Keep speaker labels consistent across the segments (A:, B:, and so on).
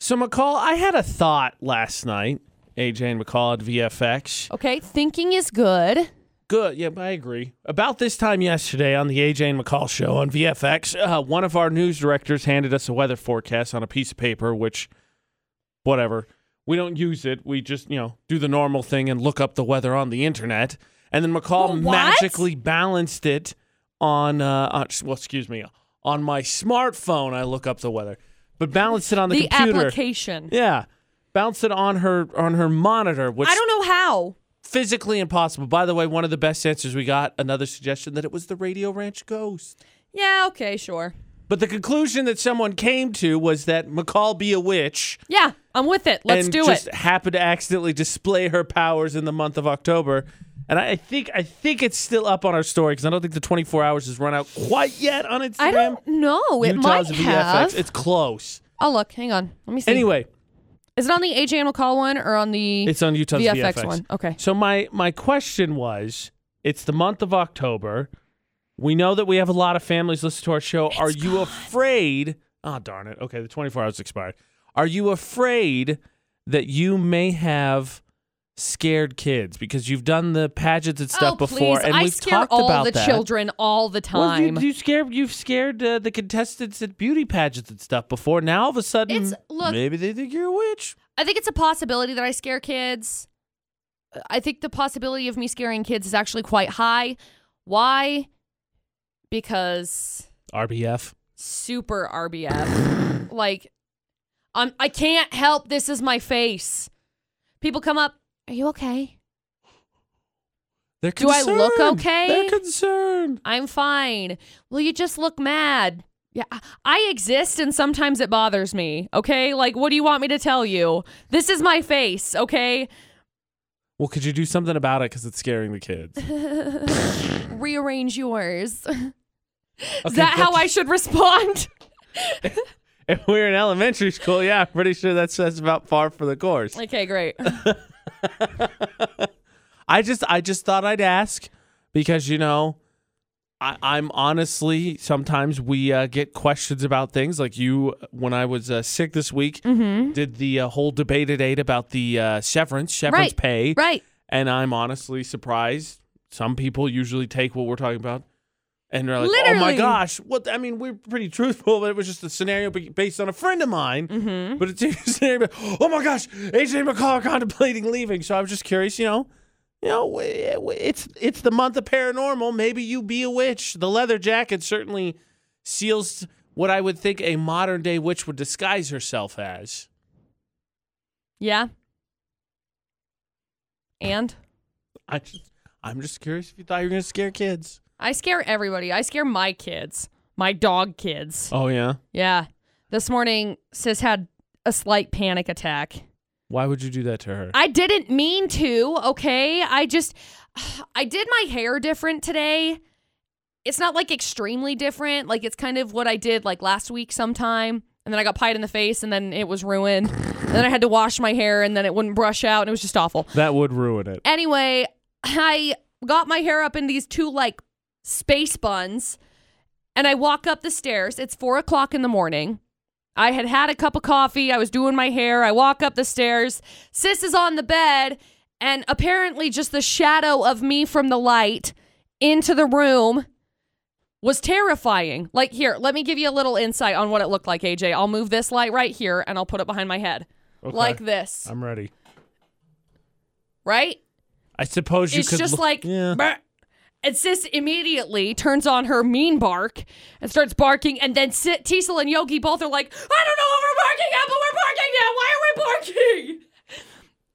A: So McCall, I had a thought last night. AJ and McCall at VFX.
B: Okay, thinking is good.
A: Good. Yeah, I agree. About this time yesterday on the AJ and McCall show on VFX, uh, one of our news directors handed us a weather forecast on a piece of paper, which, whatever. We don't use it. We just, you know, do the normal thing and look up the weather on the internet. And then McCall
B: What?
A: magically balanced it on, uh, on, well, excuse me, on my smartphone. I look up the weather, but balanced it on the,
B: The,
A: computer.
B: application.
A: Yeah, balanced it on her on her monitor, which
B: I don't know how.
A: physically impossible. By the way, one of the best answers we got, another suggestion that it was the Radio Ranch ghost.
B: Yeah, okay, sure.
A: But the conclusion that someone came to was that McCall be a witch
B: Yeah, I'm with it. Let's
A: and
B: do
A: just
B: it.
A: happened to accidentally display her powers in the month of October. And I I think I think it's still up on our story because I don't think the 24 hours has run out quite yet on Instagram.
B: I don't know. It
A: Utah's
B: might
A: VFX.
B: have.
A: It's close.
B: oh, look. Hang on. Let me see.
A: Anyway,
B: Is it on the AJ and McCall one or on the
A: it's on Utah's
B: VFX, one? Okay.
A: So my my question was, it's the month of October. We know that we have a lot of families listen to our show. Are you afraid? Oh darn it. Okay, the 24 hours expired. Are you afraid that you may have scared kids because you've done the pageants and stuff
B: oh,
A: before
B: please.
A: and
B: I
A: we've
B: scare
A: talked
B: all
A: about
B: the
A: that.
B: children all the
A: Well, you,
B: time.
A: you scared you've scared uh, the contestants at beauty pageants and stuff before. Now all of a sudden
B: It's- look-
A: maybe they think you're a witch.
B: I think it's a possibility that I scare kids. I think the possibility of me scaring kids is actually quite high. Why? Because
A: RBF.
B: super RBF. like, I'm, I can't help. This is my face. People come up. Are you okay?
A: They're
B: Do I look
A: concerned.
B: okay?
A: They're concerned.
B: I'm fine. Well, you just look mad. Yeah, I- I exist and sometimes it bothers me. Okay? Like, what do you want me to tell you? This is my face. Okay?
A: Well, could you do something about it because it's scaring the kids? Is
B: Rearrange yours. Is that how I should respond?
A: If we were in elementary school, yeah, I'm pretty sure that's that's about par for the course.
B: okay, great.
A: I just I just thought I'd ask because you know, I, I'm honestly sometimes we uh, get questions about things like you when I was uh, sick this week
B: Mm-hmm.
A: did the uh, whole debate at eight about the uh, severance severance
B: Right,
A: pay
B: Right.
A: and I'm honestly surprised. Some people usually take what we're talking about and they're like, "Oh my
B: Literally.
A: gosh, what?" I mean, we're pretty truthful, but it was just a scenario be- based on a friend of mine.
B: Mm-hmm.
A: But it's a scenario. Oh my gosh, AJ McCall contemplating leaving. So I was just curious, you know, you know, w- w- it's it's the month of paranormal. Maybe you be a witch. The leather jacket certainly seals what I would think a modern day witch would disguise herself as.
B: Yeah. And
A: I just, I'm just curious if you thought you were gonna scare kids.
B: I scare everybody. I scare my kids, my dog kids.
A: Oh yeah.
B: Yeah. This morning, sis had a slight panic attack.
A: Why would you do that to her?
B: I didn't mean to, okay? I just I did my hair different today. It's not like extremely different. Like it's kind of what I did like last week sometime. And then I got pied in the face and then it was ruined. And then I had to wash my hair and then it wouldn't brush out and it was just awful.
A: that would ruin it.
B: Anyway, I got my hair up in these two like space buns and I walk up the stairs. It's four o'clock in the morning. I had had a cup of coffee. I was doing my hair. I walk up the stairs. Sis is on the bed, and apparently, just the shadow of me from the light into the room was terrifying. Like, here, let me give you a little insight on what it looked like, AJ. I'll move this light right here and I'll put it behind my head.
A: Okay.
B: Like this,
A: I'm ready.
B: right?
A: I suppose you
B: it's
A: could.
B: just
A: look-
B: like
A: yeah.
B: "Brr." and sis immediately turns on her mean bark and starts barking and then si Teasel and Yogi both are like I don't know what we're barking at but we're barking now why are we barking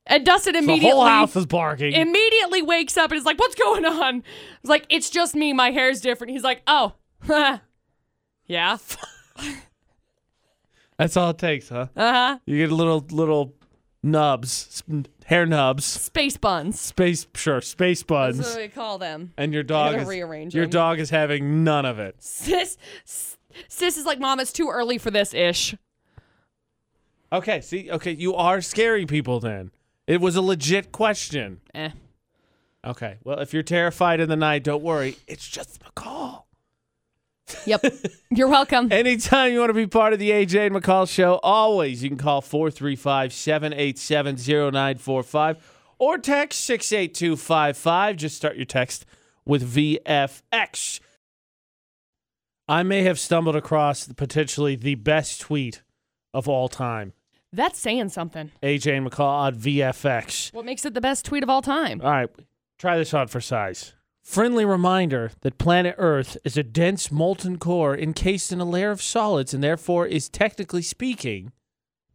B: and Dustin
A: the
B: immediately
A: whole house is barking.
B: immediately wakes up and is like what's going on it's like it's just me my hair's different he's like oh yeah
A: That's all it takes, huh?
B: uh-huh
A: You get little little nubs, s- hair nubs,
B: space buns
A: space sure space
B: that's
A: buns,
B: what we call them
A: and your
B: I
A: dog
B: gotta
A: is
B: rearrange
A: your
B: them.
A: dog is having none of it.
B: sis sis is like mom it's too early for this ish
A: Okay, see, okay, you are scaring people. Then it was a legit question.
B: eh
A: Okay, well, if you're terrified in the night, don't worry. It's just McCall.
B: Yep. You're welcome.
A: Anytime you want to be part of the AJ and McCall show, always you can call 435 787 0945 or text 68255. Just start your text with VFX. I may have stumbled across potentially the best tweet of all time.
B: That's saying something.
A: AJ and McCall on VFX.
B: What makes it the best tweet of all time?
A: All right, try this on for size. Friendly reminder that planet Earth is a dense molten core encased in a layer of solids and therefore is technically speaking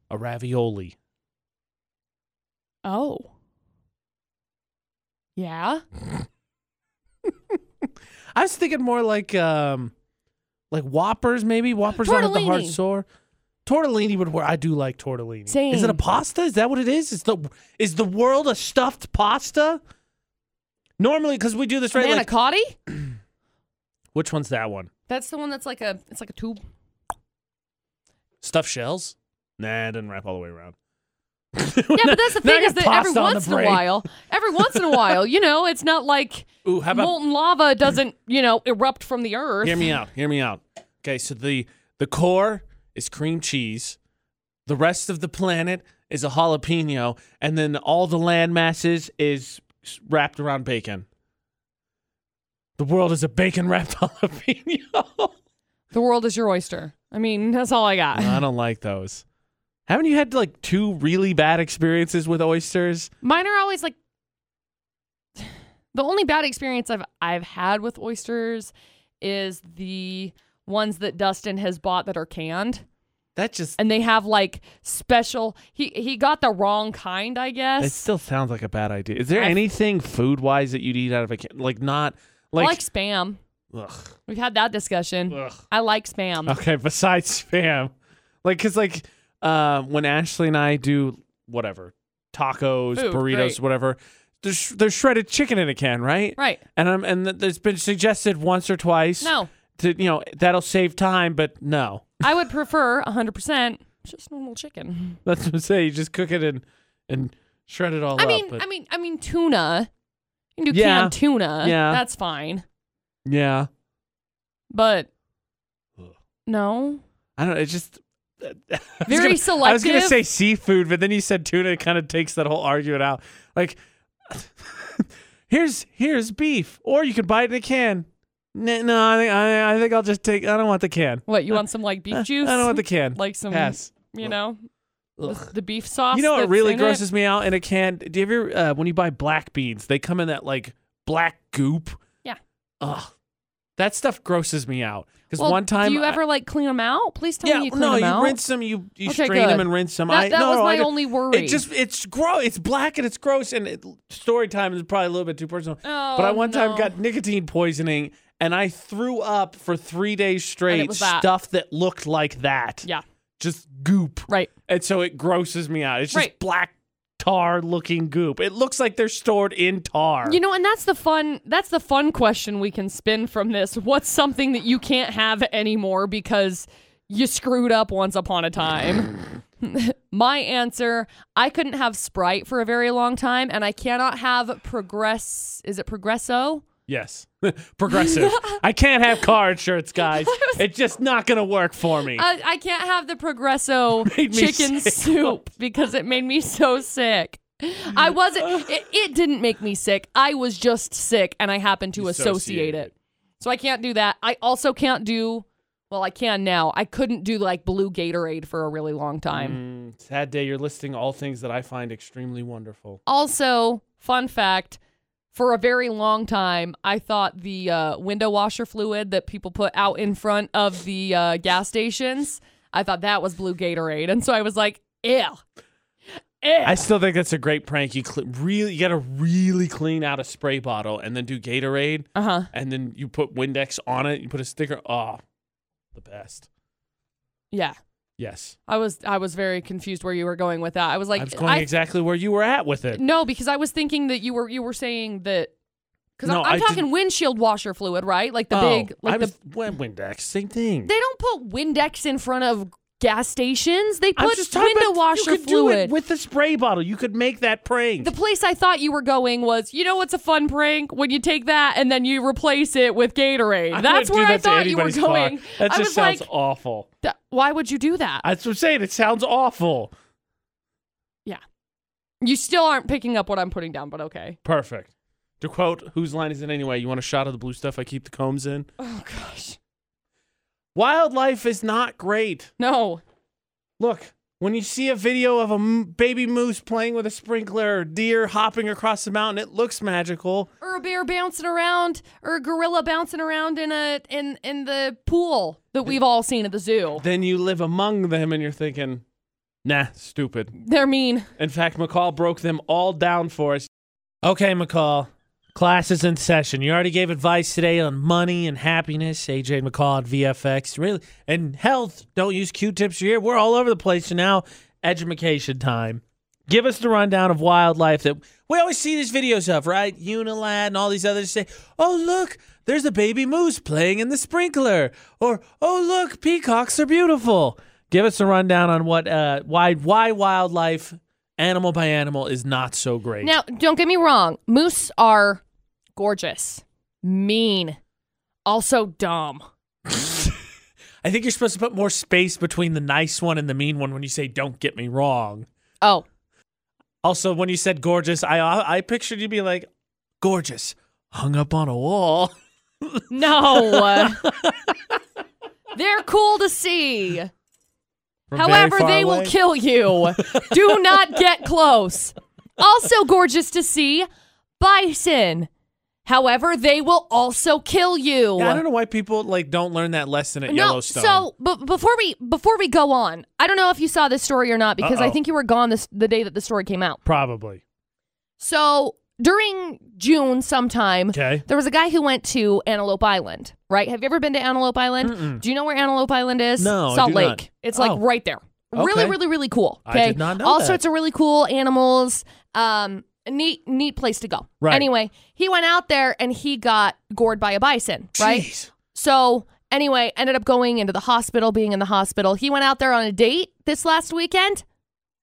A: a ravioli.
B: Oh. Yeah.
A: I was thinking more like um like whoppers maybe. Whoppers aren't the hard
B: Tortellini.
A: sore. Tortellini would work. I do like tortellini. Is it a
B: Same.
A: pasta? Is that what it is? Is the is the world a stuffed pasta? Normally, because we do this right. Like,
B: Manicotti?
A: which one's that one?
B: That's the one that's like a it's like a tube.
A: Stuffed shells? Nah, it doesn't wrap all the way around.
B: Yeah, but that's the thing is that every once in a
A: while.
B: while, every once in a while, you know, it's not like
A: Ooh, how about
B: molten lava doesn't, you know, erupt from the earth.
A: hear me out? Hear me out. Okay, so the the core is cream cheese. The rest of the planet is a jalapeno, and then all the land masses is wrapped around bacon. The world is a bacon wrapped jalapeno.
B: The world is your oyster. I mean, that's all I got.
A: I don't like those. Haven't you had like two really bad experiences with oysters?
B: Mine are always like the only bad experience I've I've had with oysters is the ones that Dustin has bought that are canned
A: That just
B: and they have like special he he got the wrong kind, I
A: It
B: guess.
A: still sounds like a bad idea. Is there
B: I-
A: anything food wise that you'd eat out of a can? Like not like,
B: I like spam.
A: ugh,
B: We've had that discussion.
A: ugh.
B: I like spam.
A: Okay, besides spam, like because like uh, when Ashley and I do whatever tacos,
B: Food,
A: burritos,
B: great.
A: whatever, there's sh- there's shredded chicken in a can, right?
B: Right.
A: And I'm and th- there's been suggested once or twice.
B: No.
A: To you know that'll save time, but no,
B: I would prefer 100% just normal chicken.
A: that's what I say. You just cook it and and shred it all
B: I
A: up.
B: mean,
A: but-
B: I mean, I mean tuna. You can do
A: Yeah.
B: canned tuna.
A: Yeah.
B: That's fine.
A: yeah.
B: But
A: Ugh.
B: no.
A: I don't know. It just uh, I was
B: Very
A: I was gonna
B: selective.
A: say seafood, but then you said tuna. It kind of takes that whole argument out. Like, here's here's beef, or you could buy it in a can. N- No, I think I, I think I'll just take. I don't want the can. Eh,
B: What, you want some like beef juice?
A: Uh, I don't want the can.
B: like some
A: Pass.
B: you know the-
A: Ugh.
B: the beef sauce.
A: You know what
B: that's
A: really
B: in
A: grosses me out in a can? Do you ever uh, when you buy black beans, they come in that like black goop.
B: Yeah.
A: Ugh, that stuff grosses me out.
B: It?
A: Because
B: Well,
A: one time,
B: do you
A: I-
B: ever like clean them out? Please tell
A: yeah,
B: me you clean
A: no,
B: them
A: you
B: out.
A: rinse them, you you
B: Okay,
A: strain them
B: good.
A: and rinse them.
B: that
A: I,
B: that
A: no,
B: was
A: no, I
B: my
A: get-
B: only worry.
A: It just it's gross. It's black and it's gross. And it, story time is probably a little bit too personal.
B: Oh,
A: but I one time
B: no.
A: got nicotine poisoning, and I threw up for three days straight.
B: was that.
A: Stuff that looked like that,
B: yeah
A: just goop.
B: right.
A: And so it grosses me out. It's just
B: Right.
A: black tar looking goop. It looks like they're stored in tar.
B: You know, and that's the fun. That's the fun question we can spin from this. What's something that you can't have anymore because you screwed up once upon a time? My answer: I couldn't have Sprite for a very long time, and I cannot have Progress. Is it Progresso?
A: yes, progressive. I can't have car insurance, guys.
B: was-
A: It's just not gonna work for me.
B: I, I can't have the Progresso
A: Made me
B: chicken
A: sick.
B: soup because it made me so sick. I wasn't. It, it didn't make me sick. I was just sick, and I happened to associate
A: Associated.
B: it. So I can't do that. I also can't do. Well, I can now. I couldn't do like blue Gatorade for a really long time.
A: Mm, sad day. You're listing all things that I find extremely wonderful.
B: Also, fun fact. For a very long time, I thought the uh, window washer fluid that people put out in front of the uh, gas stations, I thought that was blue Gatorade, and so I was like, "Ew,
A: I still think that's a great prank. You cl- really, you gotta really clean out a spray bottle and then do Gatorade,
B: uh huh."
A: and then you put Windex on it. You put a sticker. Oh, the best.
B: Yeah,
A: Yes,
B: I was I was very confused where you were going with that. I was like,
A: I was going
B: I-
A: exactly where you were at with it.
B: no, because I was thinking that you were you were saying that because
A: No,
B: I'm
A: I
B: talking
A: didn't-
B: windshield washer fluid, right? Like the
A: oh,
B: big,
A: I
B: like the
A: was, well, Windex, same thing.
B: they don't put Windex in front of gas stations. They
A: I'm
B: put
A: just talking
B: window
A: about
B: washer
A: you could do
B: fluid.
A: it with a spray bottle. You could make that prank.
B: the place I thought you were going was, you know, what's a fun prank when you take that and then you replace it with Gatorade.
A: I
B: That's
A: wouldn't
B: where
A: do
B: I
A: that to
B: thought you were
A: anybody's car.
B: going.
A: That
B: I
A: just
B: was
A: sounds
B: like,
A: awful.
B: "Th- why would you do that?
A: That's what I'm saying. It sounds awful.
B: you still aren't picking up what I'm putting down, but okay.
A: Perfect. To quote, whose line is it anyway? You want a shot of the blue stuff I keep the combs in?
B: Oh gosh,
A: Wildlife is not great.
B: no.
A: Look, when you see a video of a m- baby moose playing with a sprinkler or deer hopping across the mountain, it looks magical.
B: Or a bear bouncing around, or a gorilla bouncing around in a in in the pool that we've all seen at the zoo.
A: Then you live among them and you're thinking, nah, stupid.
B: They're mean.
A: In fact, McCall broke them all down for us. Okay, McCall. Class is in session. You already gave advice today on money and happiness. AJ McCall at VFX. Really? And health. Don't use Q tips here. We're all over the place. So now, education time. Give us the rundown of wildlife that we always see these videos of, right? Unilad and all these others say, oh, look, there's a baby moose playing in the sprinkler. Or, oh, look, peacocks are beautiful. Give us a rundown on what, uh, why, why wildlife, animal by animal, is not so great.
B: Now, don't get me wrong. Moose are gorgeous, mean, also dumb.
A: I think you're supposed to put more space between the nice one and the mean one when you say "Don't get me wrong."
B: Oh,
A: Also, when you said "gorgeous," I I pictured you be like, "Gorgeous," hung up on a wall.
B: no. They're cool to see. However, they will kill you. Do not get close. Also gorgeous to see, bison. However, they will also kill you.
A: I don't know why people like don't learn that lesson at
B: no,
A: Yellowstone.
B: so but before we before we go on, I don't know if you saw this story or not because I
A: Uh-oh.
B: think you were gone this the day that the story came out.
A: probably
B: So during June sometime,
A: okay.
B: there was a guy who went to Antelope Island, right? Have you ever been to Antelope Island?
A: Mm-mm.
B: Do you know where Antelope Island is?
A: No, I
B: Salt
A: do
B: Lake.
A: not.
B: It's like
A: Oh.
B: right there. Really,
A: Okay.
B: really, really cool.
A: I
B: Okay.
A: did not know
B: All
A: that.
B: sorts of really cool animals. Um, a neat, neat place to go.
A: Right.
B: Anyway, he went out there and he got gored by a bison. Right.
A: Jeez.
B: So anyway, ended up going into the hospital, being in the hospital. He went out there on a date this last weekend.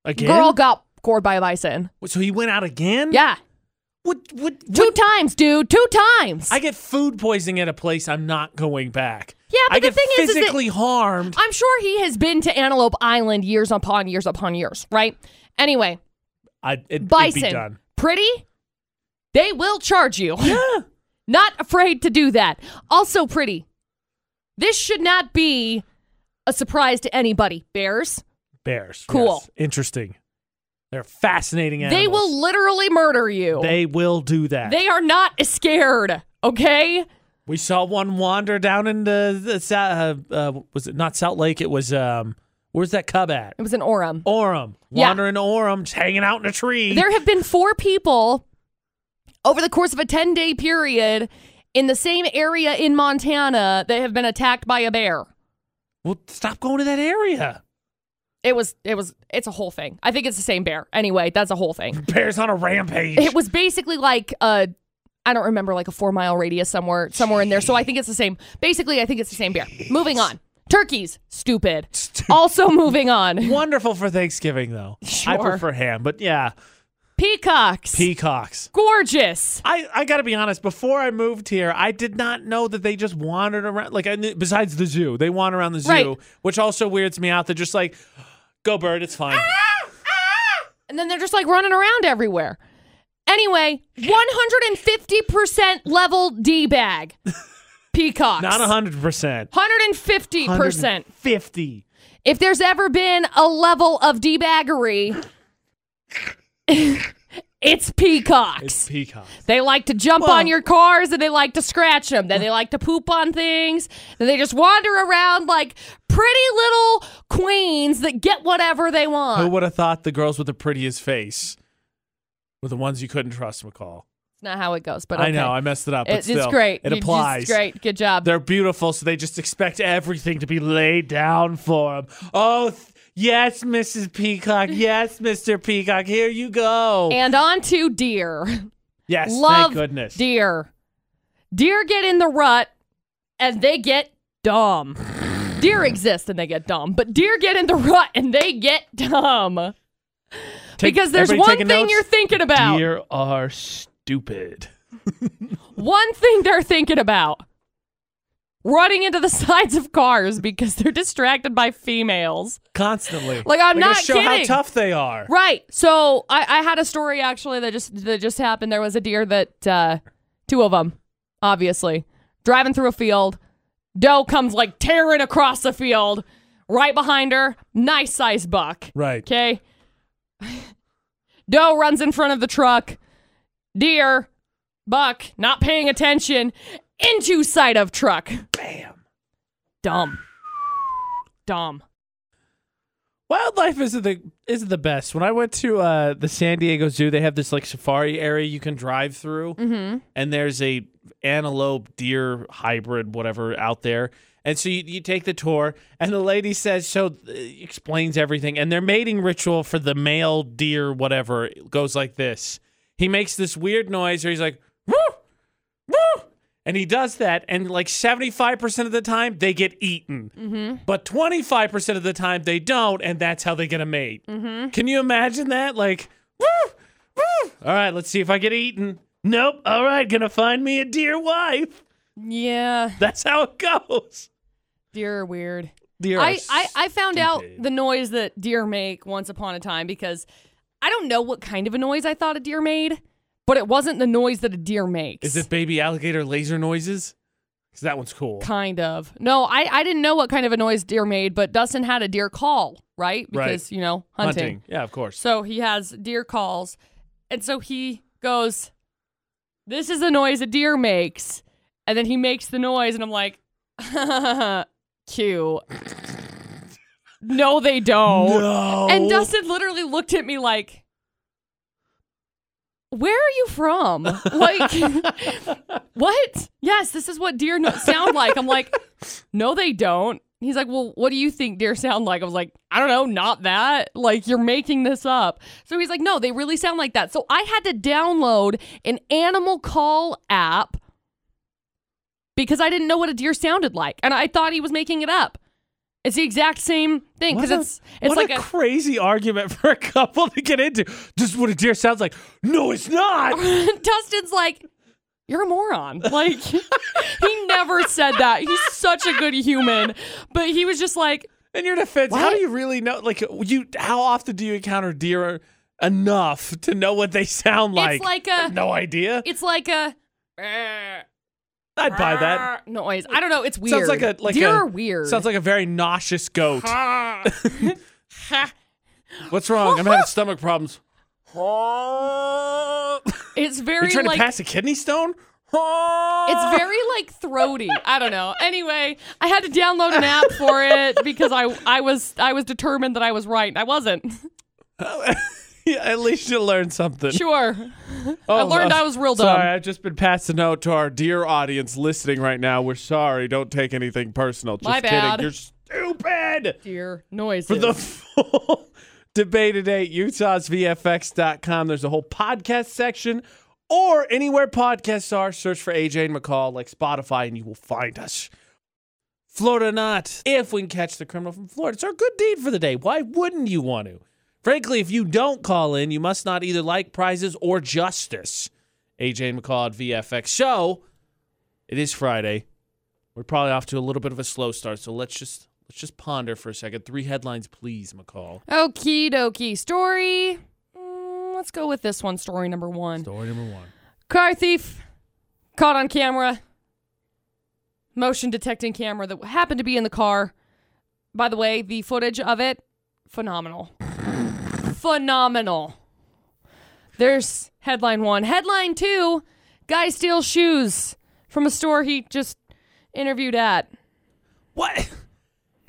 A: Again?
B: Girl got gored by a bison.
A: So he went out again?
B: Yeah.
A: What? What?
B: Two
A: what-
B: times, dude. Two times.
A: I get food poisoning at a place I'm not going back.
B: Yeah, but
A: I
B: the
A: get
B: thing is, is that-
A: physically harmed.
B: I'm sure he has been to Antelope Island years upon years upon years, right? Anyway,
A: I, it- it'd be
B: bison,
A: done.
B: pretty, they will charge you. not afraid to do that. Also, pretty. This should not be a surprise to anybody. Bears,
A: Bears.
B: Cool.
A: yes. Interesting. They're fascinating animals.
B: they will literally murder you.
A: They will do that.
B: They are not scared, okay?
A: we saw one wander down into the Sou- uh, uh, was it not Salt Lake? It was um, where's that cub at?
B: It was an Orem.
A: Orem.
B: Yeah.
A: Wandering Orem, just hanging out in a tree.
B: There have been four people over the course of a 10 day period in the same area in Montana that have been attacked by a bear.
A: well, stop going to that area.
B: It was it was it's a whole thing. I think it's the same bear. Anyway, that's a whole thing.
A: Bears on a rampage.
B: It was basically like a I don't remember like a 4 mile radius somewhere somewhere in there. So I think it's the same. Basically, I think it's the same bear. Moving on. Turkeys, stupid. Also moving on.
A: Wonderful for Thanksgiving though. I
B: Sure.
A: prefer ham, but yeah,
B: Peacocks.
A: peacocks.
B: Gorgeous.
A: I, I gotta be honest. Before I moved here, I did not know that they just wandered around. Like I knew, besides the zoo, they wander around the zoo,
B: Right.
A: which also weirds me out. They're just like, "Go bird, it's fine."
B: Ah! and then they're just like running around everywhere. Anyway, 150% level D bag. Peacocks.
A: Not hundred percent.
B: 150%.
A: Fifty.
B: If there's ever been a level of D baggery, it's peacocks.
A: It's peacocks.
B: they like to jump
A: Well-
B: on your cars and they like to scratch them. Then they like to poop on things. Then they just wander around like pretty little queens that get whatever they
A: Who
B: want.
A: would have thought the girls with the prettiest face were the ones you couldn't trust, McCall?
B: It's not how it goes, but
A: I
B: okay.
A: know I messed it up, but
B: It-
A: still,
B: it's great.
A: It
B: You-
A: applies.
B: It's great. Good job.
A: They're beautiful, so they just expect everything to be laid down for them. Oh, th- yes, Mrs. Peacock. Yes, Mr. Peacock. Here you go.
B: and on to deer.
A: yes,
B: Love
A: thank goodness.
B: deer. Deer get in the rut and they get dumb. Deer exist and they get dumb, but deer get in the rut and they get dumb.
A: Take-
B: because there's
A: everybody
B: one
A: taking
B: thing
A: notes?
B: you're thinking about.
A: Deer are stupid.
B: One thing they're thinking about. Running into the sides of cars because they're distracted by females.
A: Constantly.
B: Like, I'm
A: They're gonna
B: not
A: show how
B: kidding.
A: tough they are.
B: Right. So I, I had a story actually that just that just happened. There was a deer that uh, two of them, obviously, driving through a field. Doe comes like tearing across the field, right behind her. Nice size buck.
A: Right.
B: Okay. Doe runs in front of the truck. Deer, buck, not paying attention, into sight of truck.
A: Bam.
B: Dumb. Dumb.
A: Wildlife isn't the isn't the best. When I went to uh, the San Diego Zoo, they have this like safari area you can drive through, and there's a antelope deer hybrid whatever out there. And so you, you take the tour, and the lady says so uh, explains everything, and their mating ritual for the male deer whatever goes like this. He makes this weird noise, or he's like woo woo, and he does that, and like seventy five percent of the time they get eaten. But 25% of the time they don't, and that's how they get a mate.
B: Mm-hmm.
A: Can you imagine that? Like, woo, woo. All right, let's see if I get eaten. Nope. All right, gonna find me a dear wife.
B: Yeah.
A: That's how it goes.
B: Deer are weird.
A: Dear.
B: I, I, I found out the noise that deer make once upon a time because I don't know what kind of a noise I thought a deer made, but it wasn't the noise that a deer makes.
A: Is it baby alligator laser noises? Because that one's cool.
B: Kind of. No, I, I didn't know what kind of a noise deer made, but Dustin had a deer call, right?
A: Right.
B: Because, you know, hunting.
A: Yeah, of course.
B: So he has deer calls. And so he goes, This is the noise a deer makes. And then he makes the noise, and I'm like, Cute. no, they don't.
A: No.
B: And Dustin literally looked at me like, "Where are you from? Like, what? Yes, this is what deer no- sound like." I'm like, "No, they don't." He's like, "Well, what do you think deer sound like?" I was like, "I don't know, not that. Like, you're making this up." So he's like, "No, they really sound like that." So I had to download an animal call app because I didn't know what a deer sounded like, and I thought he was making it up. It's the exact same thing
A: What
B: because
A: a-
B: it's it's
A: what
B: like
A: a, crazy argument for a couple to get into. This is what a deer sounds like. No, it's not.
B: Dustin's like, you're a moron. Like, he never said that. He's such a good human. But he was just like,
A: In your defense, how
B: What?
A: do you really know? Like, you, how often do you encounter deer enough to know what they sound like?
B: it's like
A: I have
B: a,
A: no idea.
B: it's like a
A: I'd buy that.
B: noise. I don't know. It's weird.
A: Sounds like a like
B: Deer
A: a
B: are weird.
A: Sounds like a very nauseous goat.
B: like
A: What's wrong? I'm having stomach problems.
B: it's
A: You're
B: very
A: trying
B: like
A: to pass a kidney stone?
B: it's very like throaty. I don't know. Anyway, I had to download an app for it because I I was I was determined that I was right. I wasn't.
A: Yeah, at least you learned something.
B: Sure. I
A: Oh,
B: learned
A: uh,
B: I was real dumb.
A: Sorry, I've just been passing out to our dear audience listening right now. We're sorry. Don't take anything personal. Just
B: My
A: kidding.
B: bad.
A: You're stupid.
B: Deer noises.
A: For the full debate today, utahsvfx.com. There's a whole podcast section or anywhere podcasts are. Search for AJ and McCall like Spotify and you will find us. Florida not. If we can catch the criminal from Florida, it's our good deed for the day. Why wouldn't you want to? Frankly, if you don't call in, you must not either like prizes or justice. AJ and McCall at VFX Show. It is Friday. We're probably off to a little bit of a slow start, so let's just let's just ponder for a second. Three headlines, please, McCall.
B: Okie dokie. Story. Mm, let's go with this one. Story number one.
A: Story number one.
B: Car thief caught on camera. Motion detecting camera that happened to be in the car. By the way, the footage of it, phenomenal. phenomenal. There's headline one. Headline two guy steals shoes from a store he just interviewed at.
A: What?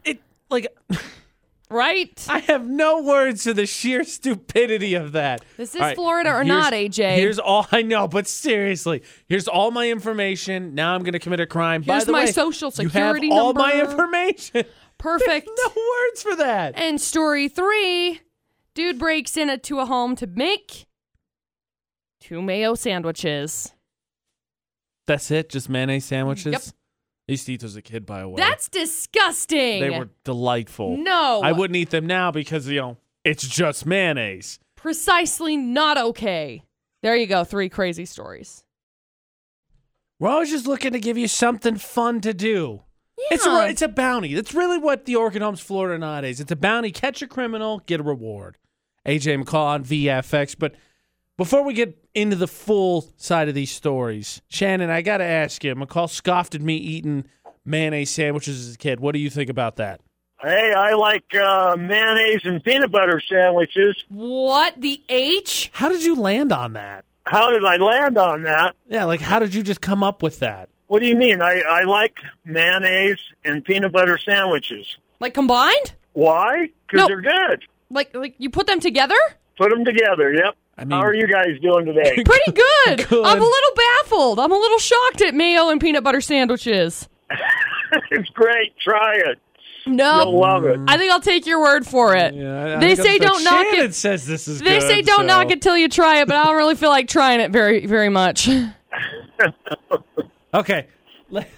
A: It like
B: Right?
A: I have no words for the sheer stupidity of that.
B: This is
A: All right,
B: Florida or
A: here's-
B: not, AJ.
A: Here's all I know, but seriously, here's all my information. Now I'm gonna commit a crime. By
B: Here's
A: the
B: my
A: way,
B: social security
A: you have all my
B: number.
A: information.
B: Perfect.
A: no words for that.
B: And story three dude breaks in to a home to make two mayo sandwiches.
A: That's it. Just mayonnaise sandwiches.
B: Yep.
A: used to eat those as a kid, by the way.
B: That's disgusting.
A: they were delightful.
B: No.
A: I wouldn't eat them now because you know it's just mayonnaise.
B: precisely not okay. There you go. Three crazy stories.
A: We're always just looking to give you something fun to do. It's
B: Yeah.
A: a it's a bounty. That's really what the Orchid Homes Florida nowadays. It's a bounty. Catch a criminal, get a reward. AJ McCall on VFX. But before we get into the full side of these stories, Shannon, I gotta ask you. McCall scoffed at me eating mayonnaise sandwiches as a kid. What do you think about that?
C: Hey, I like uh, mayonnaise and peanut butter sandwiches.
B: What the H?
A: How did you land on that?
C: How did I land on that?
A: Yeah, like how did you just come up with that?
C: What do you mean? I, I like mayonnaise and peanut butter sandwiches.
B: Like combined?
C: Why?
B: No.
C: Because they're good.
B: Like like you put them together?
C: Put them together. Yep.
A: I mean-
C: How are you guys doing today?
B: Pretty good.
A: Good.
B: I'm a little baffled. I'm a little shocked at mayo and peanut butter sandwiches.
C: it's great. Try it. You'll
B: No.
C: love it.
B: I think I'll take your word for it.
A: Yeah, I- I
B: they
A: think that's
B: say
A: what
B: don't knock
A: Shannon
B: it.
A: says this is
B: They
A: good,
B: say don't
A: so-
B: knock it till you try it, but I don't really feel like trying it very very much.
A: Okay. Let-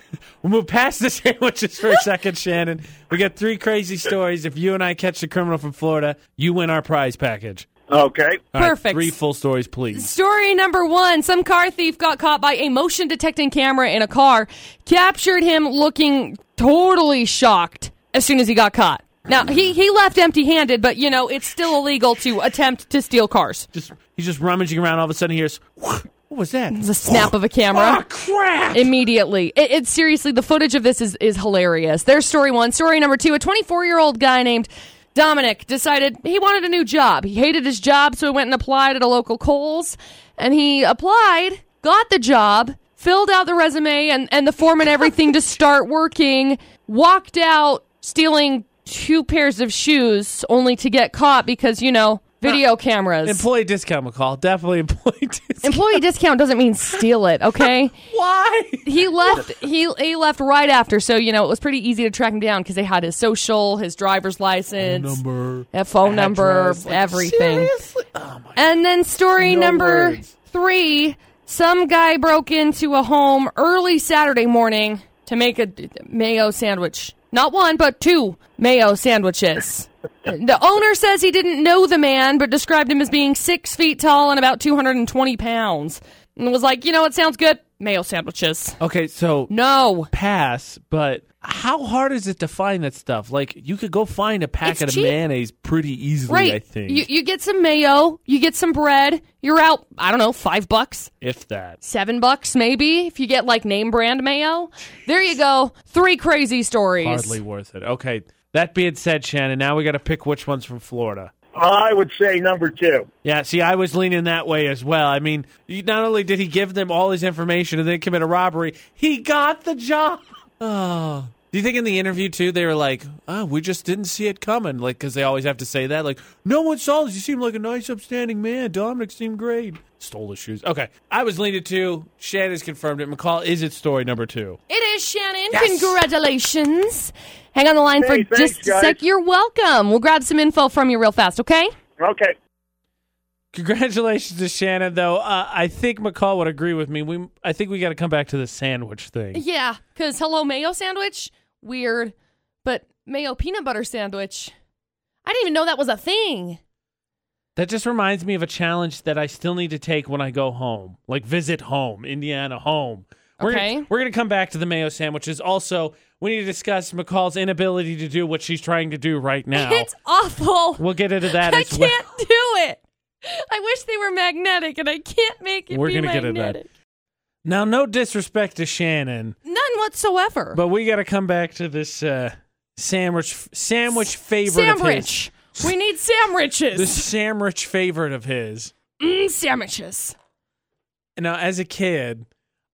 A: We'll move past the sandwiches for a second, Shannon. We got three crazy stories. If you and I catch the criminal from Florida, you win our prize package.
C: Okay.
A: All right,
B: Perfect.
A: three full stories, please.
B: Story number one Some car thief got caught by a motion detecting camera in a car, captured him looking totally shocked as soon as he got caught. Now, he, he left empty handed, but you know, it's still illegal to attempt to steal cars.
A: Just he's just rummaging around. All of a sudden, he hears what was that?
B: It's a snap of a
A: Oh
B: camera.
A: crap!
B: Immediately. It, it's seriously, the footage of this is, is hilarious. There's story one. Story number two a 24 year old guy named Dominic decided he wanted a new job. He hated his job, so he went and applied at a local Kohl's. And he applied, got the job, filled out the resume and, and the form and everything to start working, walked out stealing two pairs of shoes only to get caught because, you know, video cameras.
A: employee discount McCall. Definitely employee discount.
B: Employee discount doesn't mean steal it, okay?
A: Why?
B: he left he he left right after so you know it was pretty easy to track him down because they had his social his driver's license
A: Number.
B: a phone number
A: address, like,
B: everything
A: seriously? Oh my.
B: and then story
A: No
B: number
A: words.
B: three some guy broke into a home early saturday morning to make a d- mayo sandwich not one but two mayo sandwiches the owner says he didn't know the man but described him as being six feet tall and about 220 pounds and was like you know what sounds good mayo sandwiches
A: Okay, so
B: no
A: pass, but how hard is it to find that stuff? Like you could go find a packet
B: It's
A: of
B: cheap.
A: mayonnaise pretty easily. I think
B: You, you get some mayo, you get some bread, you're out, I don't know, five bucks,
A: if that.
B: seven bucks maybe, if you get like name brand mayo. There you go. Three crazy stories.
A: Hardly worth it. Okay. That being said, Shannon, now we got to pick which one's from Florida.
C: I would say number two.
A: Yeah, see, I was leaning that way as well. I mean, he- not only did he give them all his information and then commit a robbery, he got the job. Oh. Do you think in the interview, too, they were like, oh, we just didn't see it coming? Like, because they always have to say that. Like, no one saw this. You seem like a nice, upstanding man. Dominic seemed great. Stole his shoes. Okay. I was leaning to. Shannon's confirmed it. McCall, is it story number two?
B: It is Shannon.
A: Yes.
B: Congratulations. Hang on the line
C: Hey,
B: for
C: thanks,
B: just a sec.
C: guys.
B: You're welcome. We'll grab some info from you real fast, okay?
C: Okay.
A: Congratulations to Shannon, though. Uh, I think McCall would agree with me. We, I think we got to come back to the sandwich thing.
B: Yeah, because hello mayo sandwich, weird, but mayo peanut butter sandwich. I didn't even know that was a thing.
A: That just reminds me of a challenge that I still need to take when I go home, like visit home, Indiana home. We're
B: Okay.
A: Gonna, we're gonna come back to the mayo sandwiches. Also, we need to discuss McCall's inability to do what she's trying to do right now.
B: It's awful.
A: we'll get into that
B: I
A: as well.
B: can't do it. I wish they were magnetic, and I can't make it
A: We're
B: be
A: gonna get it done.
B: magnetic.
A: Now, no disrespect to Shannon,
B: None whatsoever.
A: but we got to come back to this uh, sandwich sandwich favorite of his.
B: sandwich. We need sandwiches.
A: This sandwich favorite of his.
B: Mm, sandwiches.
A: now as a kid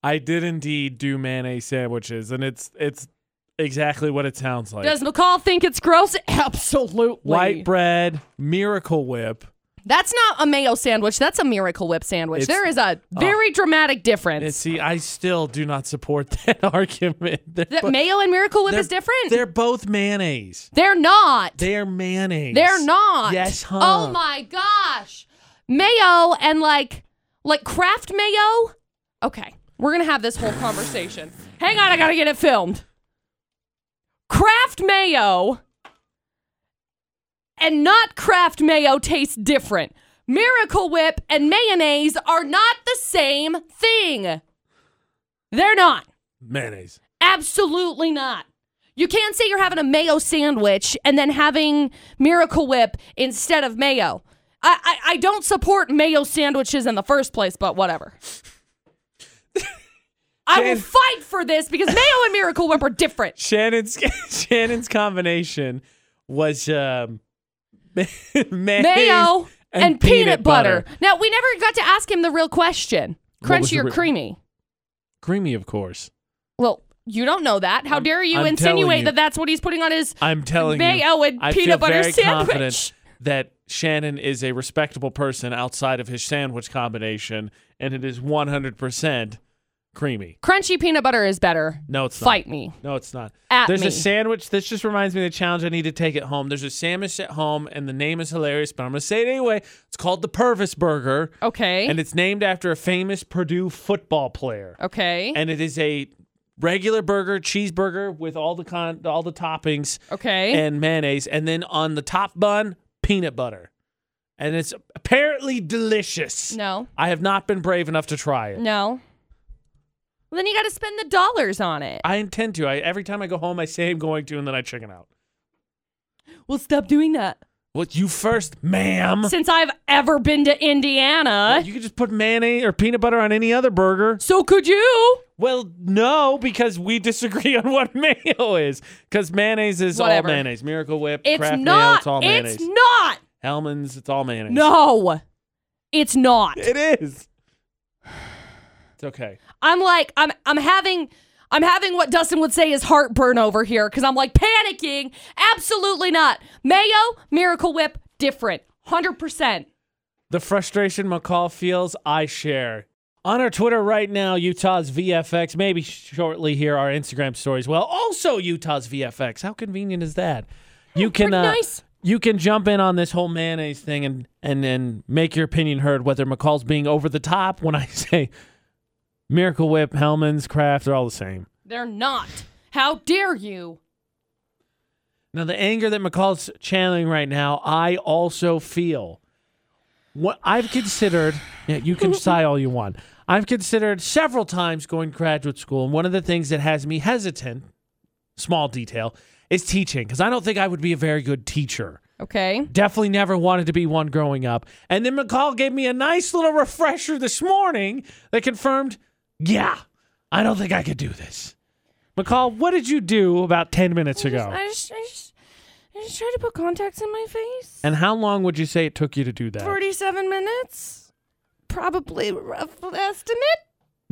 A: i did indeed do mayonnaise sandwiches and it's it's exactly what it sounds like
B: Does McCall think it's gross? Absolutely.
A: white bread miracle whip
B: That's not a mayo sandwich. That's a Miracle Whip sandwich.
A: It's-
B: there is a very dramatic difference.
A: and see i still do not support that argument They're
B: that
A: bo-
B: mayo and Miracle Whip
A: they're-
B: is different.
A: they're both mayonnaise
B: They're not.
A: they are mayonnaise
B: They're not.
A: yes huh?
B: Oh my gosh. Mayo and like like craft mayo? Okay. We're going to have this whole conversation. Hang on, I got to get it filmed. Kraft mayo and not Kraft mayo taste different. Miracle Whip and mayonnaise are not the same thing. They're not.
A: Mayonnaise.
B: Absolutely not. You can't say you're having a mayo sandwich and then having Miracle Whip instead of mayo. I, I, I don't support mayo sandwiches in the first place, but whatever. I will
A: Jan-
B: fight for this because mayo and Miracle Whip are different.
A: Shannon's Shannon's combination was um, mayonnaise
B: Mayo and, peanut, butter. Now, we never got to ask him the real question
A: What was
B: crunchy
A: the
B: or
A: real-
B: creamy?
A: Creamy, of course.
B: Well, you don't know that. How dare you
A: I'm telling
B: insinuate
A: you.
B: that that's what he's putting on his
A: I'm telling you,
B: mayo and
A: I
B: peanut
A: feel
B: butter
A: very
B: sandwich?
A: confident that Shannon is a respectable person outside of his sandwich combination, and it is 100% creamy.
B: Crunchy peanut butter is better.
A: No, it's not.
B: Fight me.
A: No, it's not.
B: At
A: There's
B: me.
A: a sandwich. This just reminds me of the challenge I need to take it home. There's a sandwich at home, and the name is hilarious, but I'm going to say it anyway. It's called the Purvis Burger,
B: Okay.
A: and it's named after a famous Purdue football player.
B: okay.
A: And it is a regular burger, cheeseburger with all the con- all the toppings
B: okay.
A: and mayonnaise, and then on the top bun, peanut butter. And it's apparently delicious.
B: no.
A: I have not been brave enough to try it.
B: No. Well, then you got to spend the dollars on it.
A: I intend to. I every time I go home, I say I'm going to, and then I chicken out.
B: Well, stop doing that.
A: What you first, ma'am?
B: Since I've ever been to Indiana,
A: You could just put mayonnaise or peanut butter on any other burger.
B: so could you?
A: Well, no, because we disagree on what mayo is. Because mayonnaise is
B: Whatever.
A: all mayonnaise. Miracle Whip,
B: It's
A: Kraft mayo,
B: not.
A: it's all mayonnaise.
B: it's not.
A: Hellman's, it's all mayonnaise.
B: No. It's not.
A: It is. It's okay.
B: I'm like I'm I'm having I'm having what Dustin would say is heartburn over here because I'm like panicking. Absolutely not. Mayo, Miracle Whip, different. 100%.
A: The frustration McCall feels, I share. On our Twitter right now, Utah's VFX. Maybe shortly here, our Instagram stories. Well, also Utah's VFX. How convenient is that? You can
B: pretty
A: uh,
B: nice.
A: you can jump in on this whole mayonnaise thing and and and make your opinion heard whether McCall's being over the top when I say Miracle Whip, Hellman's, Kraft, they're all the same.
B: They're not. How dare you?
A: Now, the anger that McCall's channeling right now, I also feel. What I've considered, yeah, you can sigh all you want. I've considered several times going to graduate school, and one of the things that has me hesitant, small detail, is teaching, because I don't think I would be a very good teacher.
B: Okay.
A: Definitely never wanted to be one growing up. And then McCall gave me a nice little refresher this morning that confirmed, yeah, I don't think I could do this. McCall, what did you do about 10 minutes ago?
B: just, I just, I just tried to put contacts in my face.
A: And how long would you say it took you to do that?
B: 47 minutes. Probably a rough estimate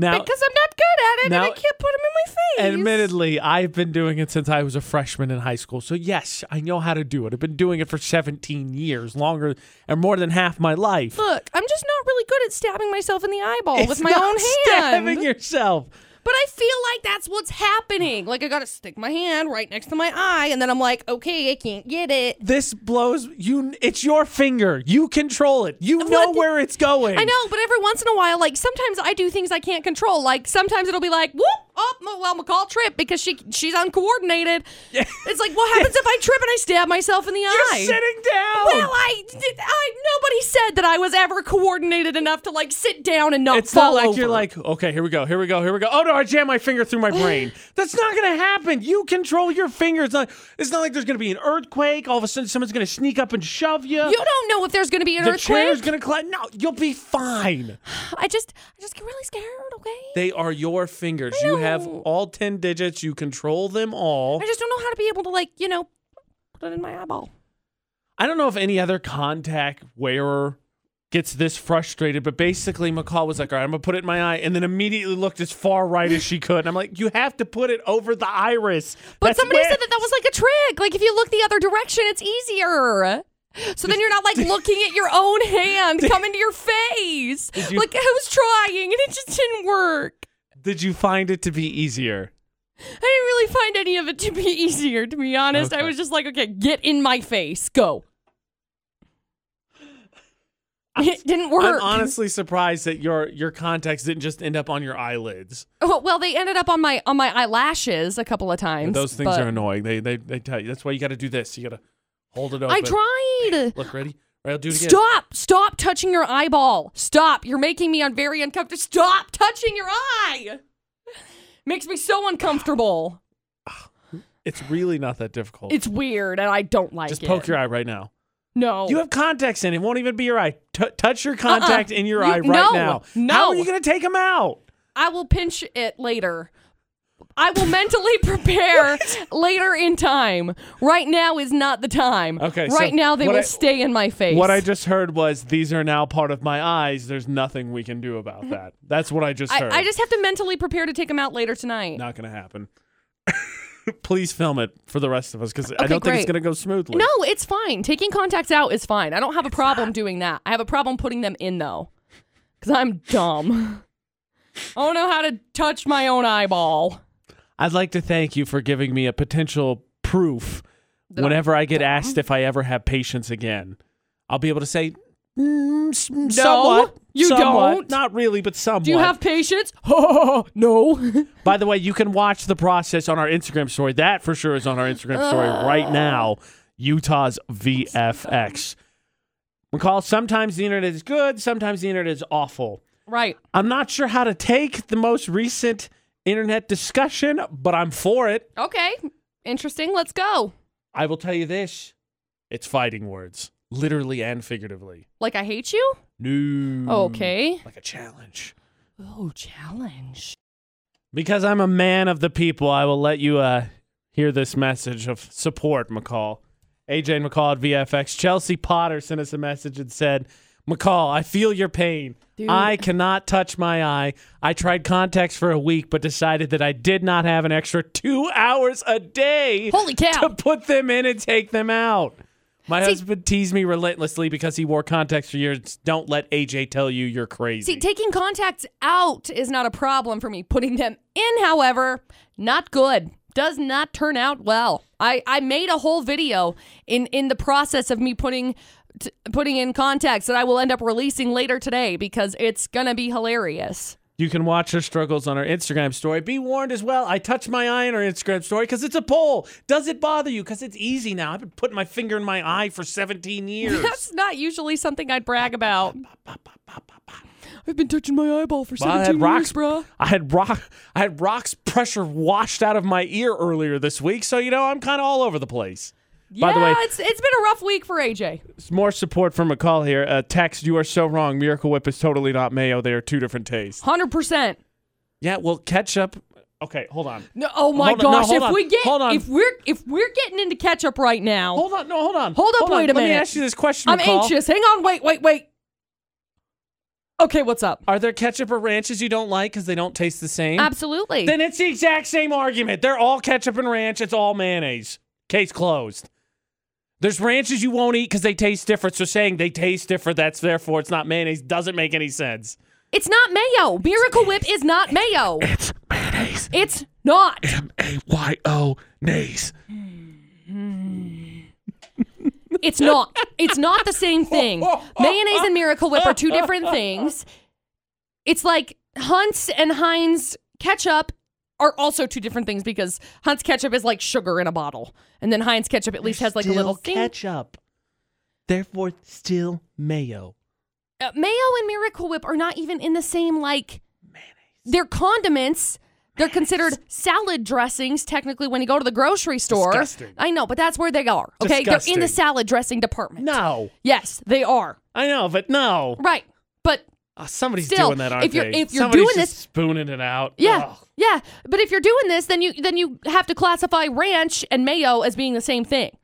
A: now,
B: I'm not good at
A: and now- I
B: can't put them in my
A: admittedly, I've been doing it since I was a freshman in high school. So, yes, I know how to do it. I've been doing it for 17 years, longer and more than half my life.
B: Look, I'm just not really good at stabbing myself in the eyeball
A: It's
B: with my
A: not
B: own hand.
A: Stabbing yourself.
B: But I feel like that's what's happening. Like I gotta stick my hand right next to my eye, and then I'm like, okay, I can't get it.
A: This blows you. It's your finger. You control it. You know
B: What the-
A: where it's going.
B: I know, but every once in a while, like sometimes I do things I can't control. Like sometimes it'll be like, whoop, oh, m- well, McCall tripped because she she's uncoordinated. It's like, what happens if I trip and I stab myself in the
A: You're
B: eye?
A: sitting down.
B: well, I, I, nobody said that I was ever coordinated enough to like sit down and not
A: it's not
B: fall
A: like
B: over.
A: you're like, okay, here we go, here we go, here we go. Oh no, I jammed my finger through my brain. That's not gonna happen. You control your fingers. It's not, it's not like there's gonna be an earthquake. All of a sudden, someone's gonna sneak up and shove you.
B: you don't know if there's gonna be an
A: "Oh." the chair's
B: earthquake.
A: gonna collapse. No, you'll be fine.
B: I just, I just get really scared. Okay.
A: They are your fingers. You have
B: know.
A: all ten digits. You control them all.
B: I just don't know how to be able to like, you know, put it in my eyeball.
A: I don't know if any other contact wearer gets this frustrated, but basically McCall was like, all right, I'm gonna put it in my eye, and then immediately looked as far right as she could. And I'm like, you have to put it over the iris.
B: But
A: That's
B: somebody
A: where-
B: said that that was like a trick. Like if you look the other direction, it's easier. So then you're not like looking at your own hand come into your face.
A: you-
B: like I was trying and it just didn't work.
A: Did you find it to be easier?
B: I didn't really find any of it to be easier, to be honest. I
A: Okay.
B: was just like, okay, get in my face, go. it didn't work.
A: I'm honestly surprised that your your contacts didn't just end up on your eyelids.
B: Oh, well, they ended up on my on my eyelashes a couple of times.
A: Those things
B: but
A: are annoying. They they they tell you. That's why you got to do this. You got to hold it open.
B: I tried.
A: Look, ready? Right, I'll do it again.
B: Stop! Stop touching your eyeball. Stop! You're making me un- very uncomfortable. Stop touching your eye. Makes me so uncomfortable.
A: It's really not that difficult.
B: It's weird, and I don't like
A: just
B: it.
A: poke your eye right now.
B: No.
A: You have contacts in. It won't even be your eye. T- touch your contact in your
B: Uh-uh. You-
A: eye right
B: no,
A: now.
B: no.
A: How are you going to take them out?
B: I will pinch it later. I will mentally prepare later in time. Right now is not the time.
A: Okay, so
B: Right now they
A: what
B: will
A: I-
B: stay in my face.
A: What I just heard was these are now part of my eyes. There's nothing we can do about that. That's what I just heard.
B: I, I just have to mentally prepare to take them out later tonight.
A: not going to happen. Please film it for the rest of us because I
B: Okay,
A: don't think it's
B: great.
A: going to go smoothly.
B: No, it's fine. Taking contacts out is fine. I don't have a problem doing that. I have a problem putting them in though, because I'm dumb. I don't know how to touch my own eyeball.
A: I'd like to thank you for giving me a potential proof whenever I get asked if I ever have patience again. I'll be able to say, mm, s- somewhat.
B: you
A: somewhat.
B: don't.
A: Not really, but somewhat.
B: Do you have patience? no.
A: By the way, you can watch the process on our Instagram story. That for sure is on our Instagram story right now. Utah's VFX. McCall, sometimes the internet is good, sometimes the internet is awful.
B: right.
A: I'm not sure how to take the most recent internet discussion, but I'm for it.
B: Okay. Interesting. Let's go.
A: I will tell you this it's fighting words, literally and figuratively.
B: Like I hate you.
A: No.
B: Okay.
A: Like a challenge.
B: Oh, challenge.
A: Because I'm a man of the people, I will let you uh, hear this message of support, McCall. AJ and McCall at VFX. Chelsea Potter sent us a message and said, McCall, I feel your pain.
B: Dude.
A: I cannot touch my eye. I tried contacts for a week, but decided that I did not have an extra two hours a day
B: Holy
A: to
B: cow!
A: put them in and take them out. My
B: See-
A: husband teased me relentlessly because he wore contacts for years. Don't let AJ tell you you're crazy.
B: See, taking contacts out is not a problem for me. Putting them in, however, not good. Does not turn out well. I, I made a whole video in in the process of me putting t- putting in contacts that I will end up releasing later today because it's gonna be hilarious.
A: You can watch her struggles on her Instagram story. Be warned as well. I touch my eye on her Instagram story because it's a poll. Does it bother you? Because it's easy now. I've been putting my finger in my eye for 17 years.
B: That's not usually something I'd brag about. I've been touching my eyeball for
A: Well, I had
B: 17
A: rocks,
B: years, bruh.
A: I had rock. I had rocks pressure washed out of my ear earlier this week. So you know I'm kind of all over the place. By the way,
B: yeah, it's it's been a rough week for AJ.
A: s- more support from McCall here. Uh, text. You are so wrong. Miracle Whip is totally not mayo. They are two different tastes.
B: Hundred percent.
A: Yeah. Well, ketchup. Okay, hold on.
B: No, oh my
A: Hold on, no,
B: gosh!
A: hold
B: if
A: on,
B: we get
A: hold on.
B: if we're if we're getting into ketchup right now,
A: Hold on. No, hold on.
B: Hold up,
A: on.
B: wait a
A: Let me
B: minute.
A: ask you this question.
B: I'm
A: McCall.
B: anxious. Hang on. Wait, wait, wait. Okay, what's up?
A: Are there ketchup or ranches you don't like because they don't taste the same?
B: Absolutely.
A: Then it's the exact same argument. They're all ketchup and ranch. It's all mayonnaise. Case closed. There's ranches you won't eat because they taste different. So saying they taste different, that's therefore it's not mayonnaise, doesn't make any sense.
B: it's not mayo. Miracle Whip is not mayo.
A: It's mayonnaise.
B: It's not.
A: M A Y O nays.
B: It's not. It's not the same thing. Mayonnaise and Miracle Whip are two different things. It's like Hunt's and Heinz ketchup are also two different things because Hunt's ketchup is like sugar in a bottle, and then Heinz ketchup at least has like a little thing.
A: ketchup. Therefore, still mayo.
B: uh, mayo and miracle whip are not even in the same like they're condiments they're considered salad dressings technically when you go to the grocery store
A: Disgusting.
B: i know but that's where they are okay they're in
A: Disgusting.
B: the salad dressing department
A: No,
B: yes they are
A: I know, but no.
B: right but
A: Oh, somebody's
B: Still,
A: doing that, aren't
B: if you're-
A: they?
B: if you're
A: somebody's
B: doing
A: just
B: this-
A: spooning it out.
B: yeah
A: Ugh.
B: yeah but if you're doing this then you then you have to classify ranch and mayo as being the same thing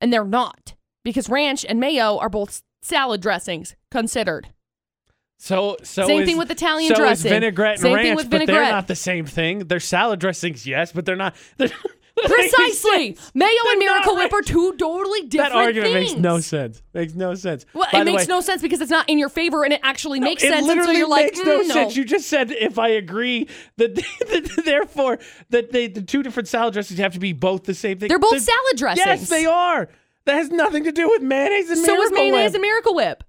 B: and they're not because ranch and mayo are both salad dressings considered
A: So, so
B: Same
A: is-
B: thing with Italian
A: so
B: dressing.
A: Is vinaigrette and
B: Same
A: ranch,
B: thing with
A: but they're
B: vinaigrette.
A: not the same thing. They're salad dressings, yes, but they're not. They're,
B: precisely mayo and
A: They're not
B: miracle whip
A: ranch.
B: are two totally different
A: that argument
B: things.
A: makes no sense. Makes no sense.
B: Well,
A: By
B: it
A: the
B: makes
A: way,
B: no sense because it's not in your favor, and it actually makes
A: it
B: sense.
A: literally
B: and so you're like,
A: makes no
B: mm,
A: sense. You just said if I agree that, that therefore that they, the two different salad dressings have to be both the same thing.
B: They're both salad dressings.
A: Yes, they are. That has nothing to do with mayonnaise and
B: so is
A: Miracle
B: mayonnaise
A: Whip.
B: and Miracle Whip.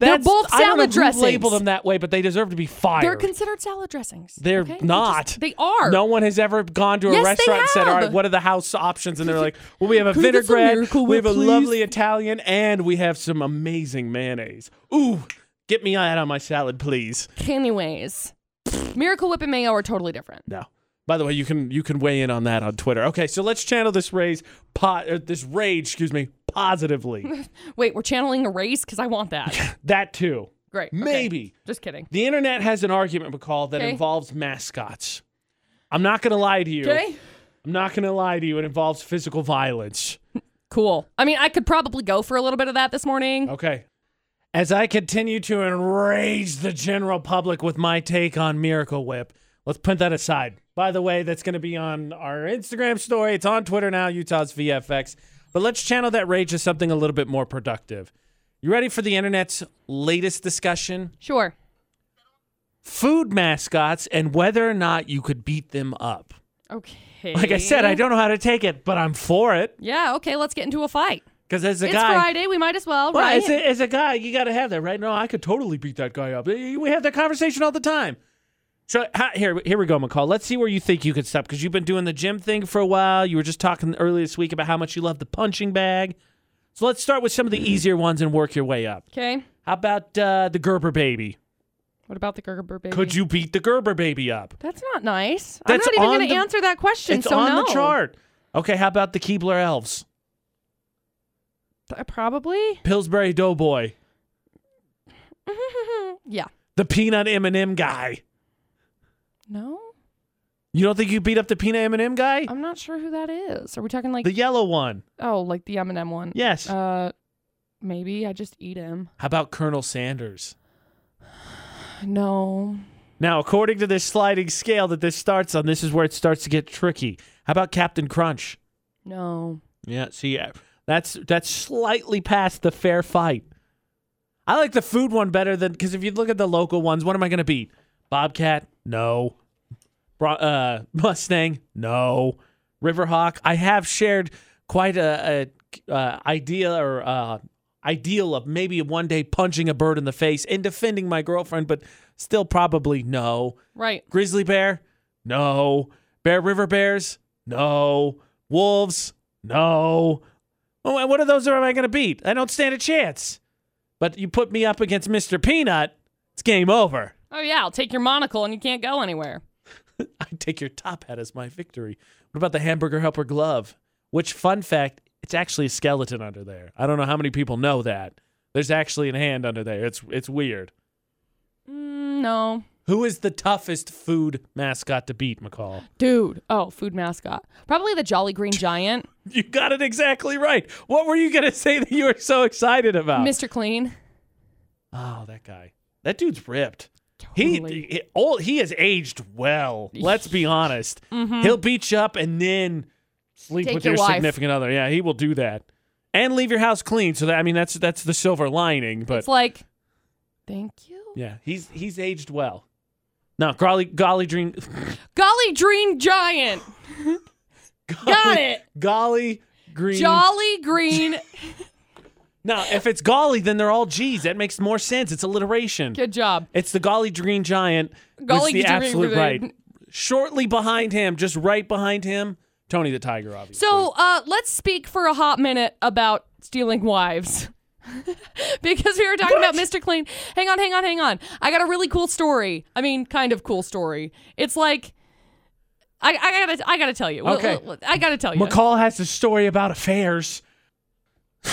A: That's,
B: both
A: I don't know
B: salad
A: who labeled
B: dressings.
A: them that way, but they deserve to be fired.
B: They're considered salad dressings.
A: They're
B: okay? just-
A: not.
B: they are.
A: No one has ever gone to a
B: Yes, they
A: restaurant and said, "All right,
B: have.
A: what are the house options?" And they're like, "Well, we have a
B: Can we get some
A: vinaigrette,
B: Miracle
A: we have
B: Whip,
A: a
B: please?"
A: lovely Italian, and we have some amazing mayonnaise." Ooh, get me that on my salad, please.
B: Anyways, Miracle Whip and mayo are totally different.
A: No. By the way, you can you can weigh in on that on Twitter. Okay, so let's channel this rage, po- uh, this rage, excuse me, positively.
B: Wait, we're channeling a race because I want that.
A: that too.
B: Great. okay.
A: Maybe
B: Just kidding.
A: the internet has an argument, McCall, that
B: Okay.
A: involves mascots. I'm not gonna lie to you.
B: Okay.
A: I'm not gonna lie to you. It involves physical violence.
B: Cool. I mean, I could probably go for a little bit of that this morning.
A: Okay. As I continue to enrage the general public with my take on Miracle Whip, let's put that aside. By the way, that's going to be on our Instagram story. It's on Twitter now, Utah's VFX. But let's channel that rage to something a little bit more productive. You ready for the internet's latest discussion?
B: Sure.
A: Food mascots and whether or not you could beat them up.
B: Okay.
A: Like I said, I don't know how to take it, but I'm for it.
B: Yeah. Okay. Let's get into a fight.
A: Because as a
B: it's
A: guy,
B: Friday. We might as well.
A: Well,
B: right.
A: as a, as a guy, you got to have that, right? No, I could totally beat that guy up. Eh, We have that conversation all the time. So ha- here, here we go, McCall. Let's see where you think you could stop because you've been doing the gym thing for a while. You were just talking earlier this week about how much you love the punching bag. So let's start with some of the easier ones and work your way up.
B: okay.
A: How about uh, the Gerber baby?
B: What about the Gerber baby?
A: Could you beat the Gerber baby up?
B: That's not nice.
A: That's
B: I'm not even
A: on
B: going
A: the-
B: to answer that question.
A: It's
B: so
A: on
B: no.
A: the chart. Okay, how about the Keebler elves?
B: Th- Probably.
A: Pillsbury Doughboy,
B: yeah.
A: the peanut M&M guy.
B: No.
A: You don't think you beat up the peanut M&M guy?
B: I'm not sure who that is. Are we talking like
A: The yellow one.
B: oh, like the M&M one?
A: Yes.
B: Uh, maybe I just eat him.
A: How about Colonel Sanders?
B: No.
A: Now, according to this sliding scale that this starts on, this is where it starts to get tricky. How about Captain Crunch?
B: No.
A: Yeah, see, uh, that's that's slightly past the fair fight. I like the food one better than because if you look at the local ones, what am I going to beat? Bobcat? No. Bro- uh, Mustang? No. Riverhawk? I have shared quite a, a uh, idea or uh, ideal of maybe one day punching a bird in the face and defending my girlfriend, but still probably no.
B: Right.
A: Grizzly bear? No. Bear River bears? No. Wolves? No. Oh, and what of those am I going to beat? I don't stand a chance. But you put me up against Mr. Peanut, it's game over.
B: Oh yeah, I'll take your monocle and you can't go anywhere.
A: I take your top hat as my victory. What about the hamburger helper glove? Which, fun fact, it's actually a skeleton under there. I don't know how many people know that. There's actually a hand under there. It's it's weird.
B: Mm, no.
A: Who is the toughest food mascot to beat, McCall?
B: Dude. Oh, food mascot. Probably the Jolly Green Giant.
A: You got it exactly right. What were you going to say that you were so excited about?
B: Mr. Clean.
A: oh, that guy. That dude's ripped. He,
B: Totally.
A: he old he has aged well. Let's be honest. He'll beat you up and then sleep
B: Mm-hmm. Take
A: with
B: your
A: your,
B: wife.
A: significant other. Yeah, he will do that. And leave your house clean. So that I mean that's that's the silver lining, but
B: It's like Thank you.
A: yeah, he's he's aged well. No, golly golly dream
B: Golly Green Giant.
A: golly,
B: Got it.
A: Golly green.
B: Jolly Green.
A: now, if it's golly then they're all G's. That makes more sense. It's alliteration.
B: Good job.
A: It's the Golly Green Giant. Golly
B: Golly
A: the
B: Green
A: absolute
B: Giant.
A: right. Shortly behind him, just right behind him, Tony the Tiger, obviously.
B: So uh, let's speak for a hot minute about stealing wives. because we were talking about Mr. Clean. Hang on, hang on, hang on. I got a really cool story. I mean, kind of cool story. It's like I, I gotta I gotta tell you. Well,
A: Okay.
B: well, I gotta tell you.
A: McCall has a story about affairs.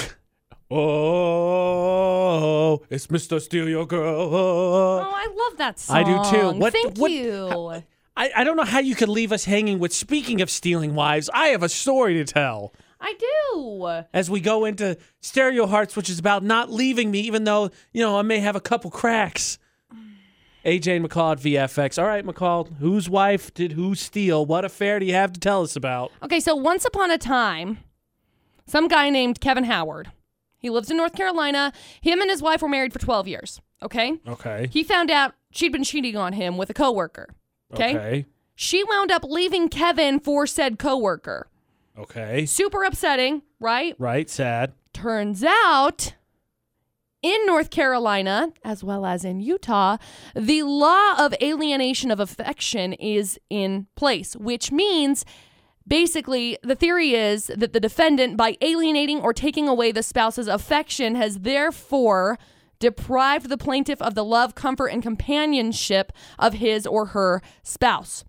A: oh, it's Mr. Steal Your
B: Oh,
A: Girl.
B: I love that song.
A: I do too. What-
B: Thank
A: what-
B: you.
A: I, I don't know how you could leave us hanging with speaking of stealing wives. I have a story to tell.
B: I do.
A: as we go into Stereo Hearts, which is about not leaving me, even though, you know, I may have a couple cracks. AJ and McCall at VFX. All right, McCall, whose wife did who steal? What affair do you have to tell us about?
B: Okay, so once upon a time, some guy named Kevin Howard. He lives in North Carolina. Him and his wife were married for 12 years. Okay?
A: Okay.
B: He found out she'd been cheating on him with a coworker. Okay? She wound up leaving Kevin for said coworker.
A: Okay.
B: Super upsetting, right?
A: Right, sad.
B: Turns out in North Carolina, as well as in Utah, the law of alienation of affection is in place, which means basically the theory is that the defendant, by alienating or taking away the spouse's affection, has therefore deprived the plaintiff of the love, comfort, and companionship of his or her spouse.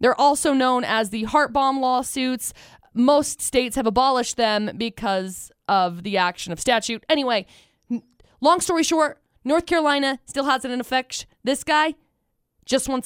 B: They're also known as the heart bomb lawsuits. Most states have abolished them because of the action of statute. Anyway, n- long story short, North Carolina still has it in effect. This guy just won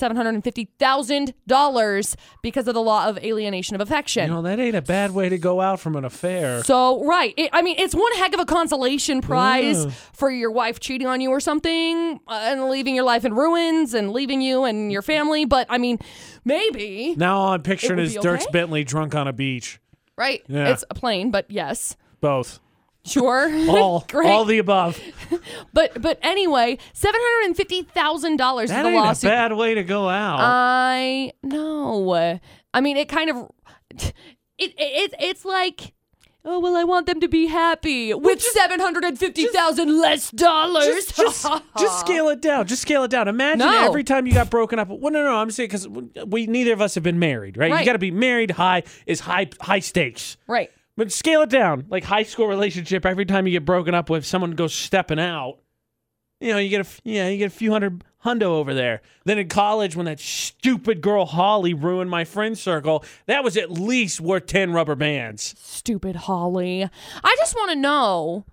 B: $750,000 because of the law of alienation of affection.
A: You know, that ain't a bad way to go out from an affair.
B: so, right. It, I mean, it's one heck of a consolation prize
A: Yeah.
B: for your wife cheating on you or something uh, and leaving your life in ruins and leaving you and your family. But, I mean, maybe.
A: Now all I'm picturing
B: would
A: is
B: be
A: Dirks
B: okay?
A: Bentley drunk on a beach.
B: Right.
A: Yeah.
B: It's a plane, but yes.
A: Both.
B: Sure.
A: All.
B: Great.
A: All the above.
B: but but anyway, seven hundred and fifty thousand dollars is
A: That
B: the
A: ain't a
B: lawsuit. Um,
A: bad way to go out.
B: I know. I mean, it kind of it, it it's it's like oh well, I want them to be happy with seven hundred and fifty thousand less dollars.
A: just, just, just scale it down. Just scale it down. Imagine
B: No.
A: every time you got broken up. Well, no, no. I'm saying because we neither of us have been married, right? You
B: Right.
A: got to be married. High is high high stakes.
B: right.
A: But scale it down, like high school relationship. Every time you get broken up with, someone goes stepping out. You know, you get a f- yeah, you get a few hundred hundo over there. Then in college, when that stupid girl Holly ruined my friend circle, that was at least worth ten rubber bands.
B: Stupid Holly. I just want to know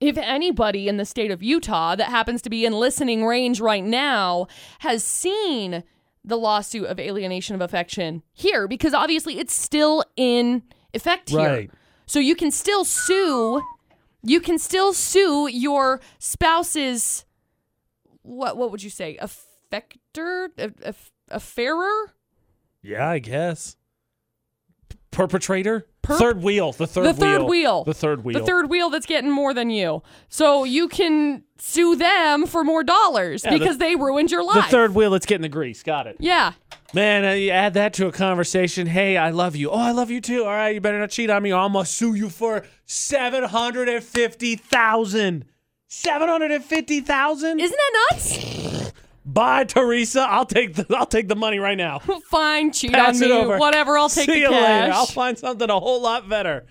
B: if anybody in the state of Utah that happens to be in listening range right now has seen the lawsuit of alienation of affection here, because obviously it's still in effect
A: Right.
B: here. So you can still sue. You can still sue your spouse's what? What would you say? Affector, Aff- aff- affairer,
A: Yeah, I guess. Perpetrator,
B: Perp-
A: third wheel, the third,
B: the third wheel,
A: the third wheel.
B: the third wheel that's getting more than you. So you can sue them for more dollars
A: the-
B: because they ruined your
A: The
B: life.
A: third wheel that's getting the grease. Got it.
B: yeah.
A: Man, uh, you add that to a conversation. Hey, I love you. Oh, I love you too. All right, you better not cheat on me. or I'm gonna sue you for seven hundred and fifty thousand. Seven hundred and fifty thousand.
B: Isn't that nuts?
A: Bye, Teresa. I'll take the I'll take the money right now.
B: Fine, cheat
A: Pass
B: on
A: it
B: me.
A: over.
B: Whatever, I'll take
A: See
B: the
A: you
B: cash.
A: later. I'll find something a whole lot better.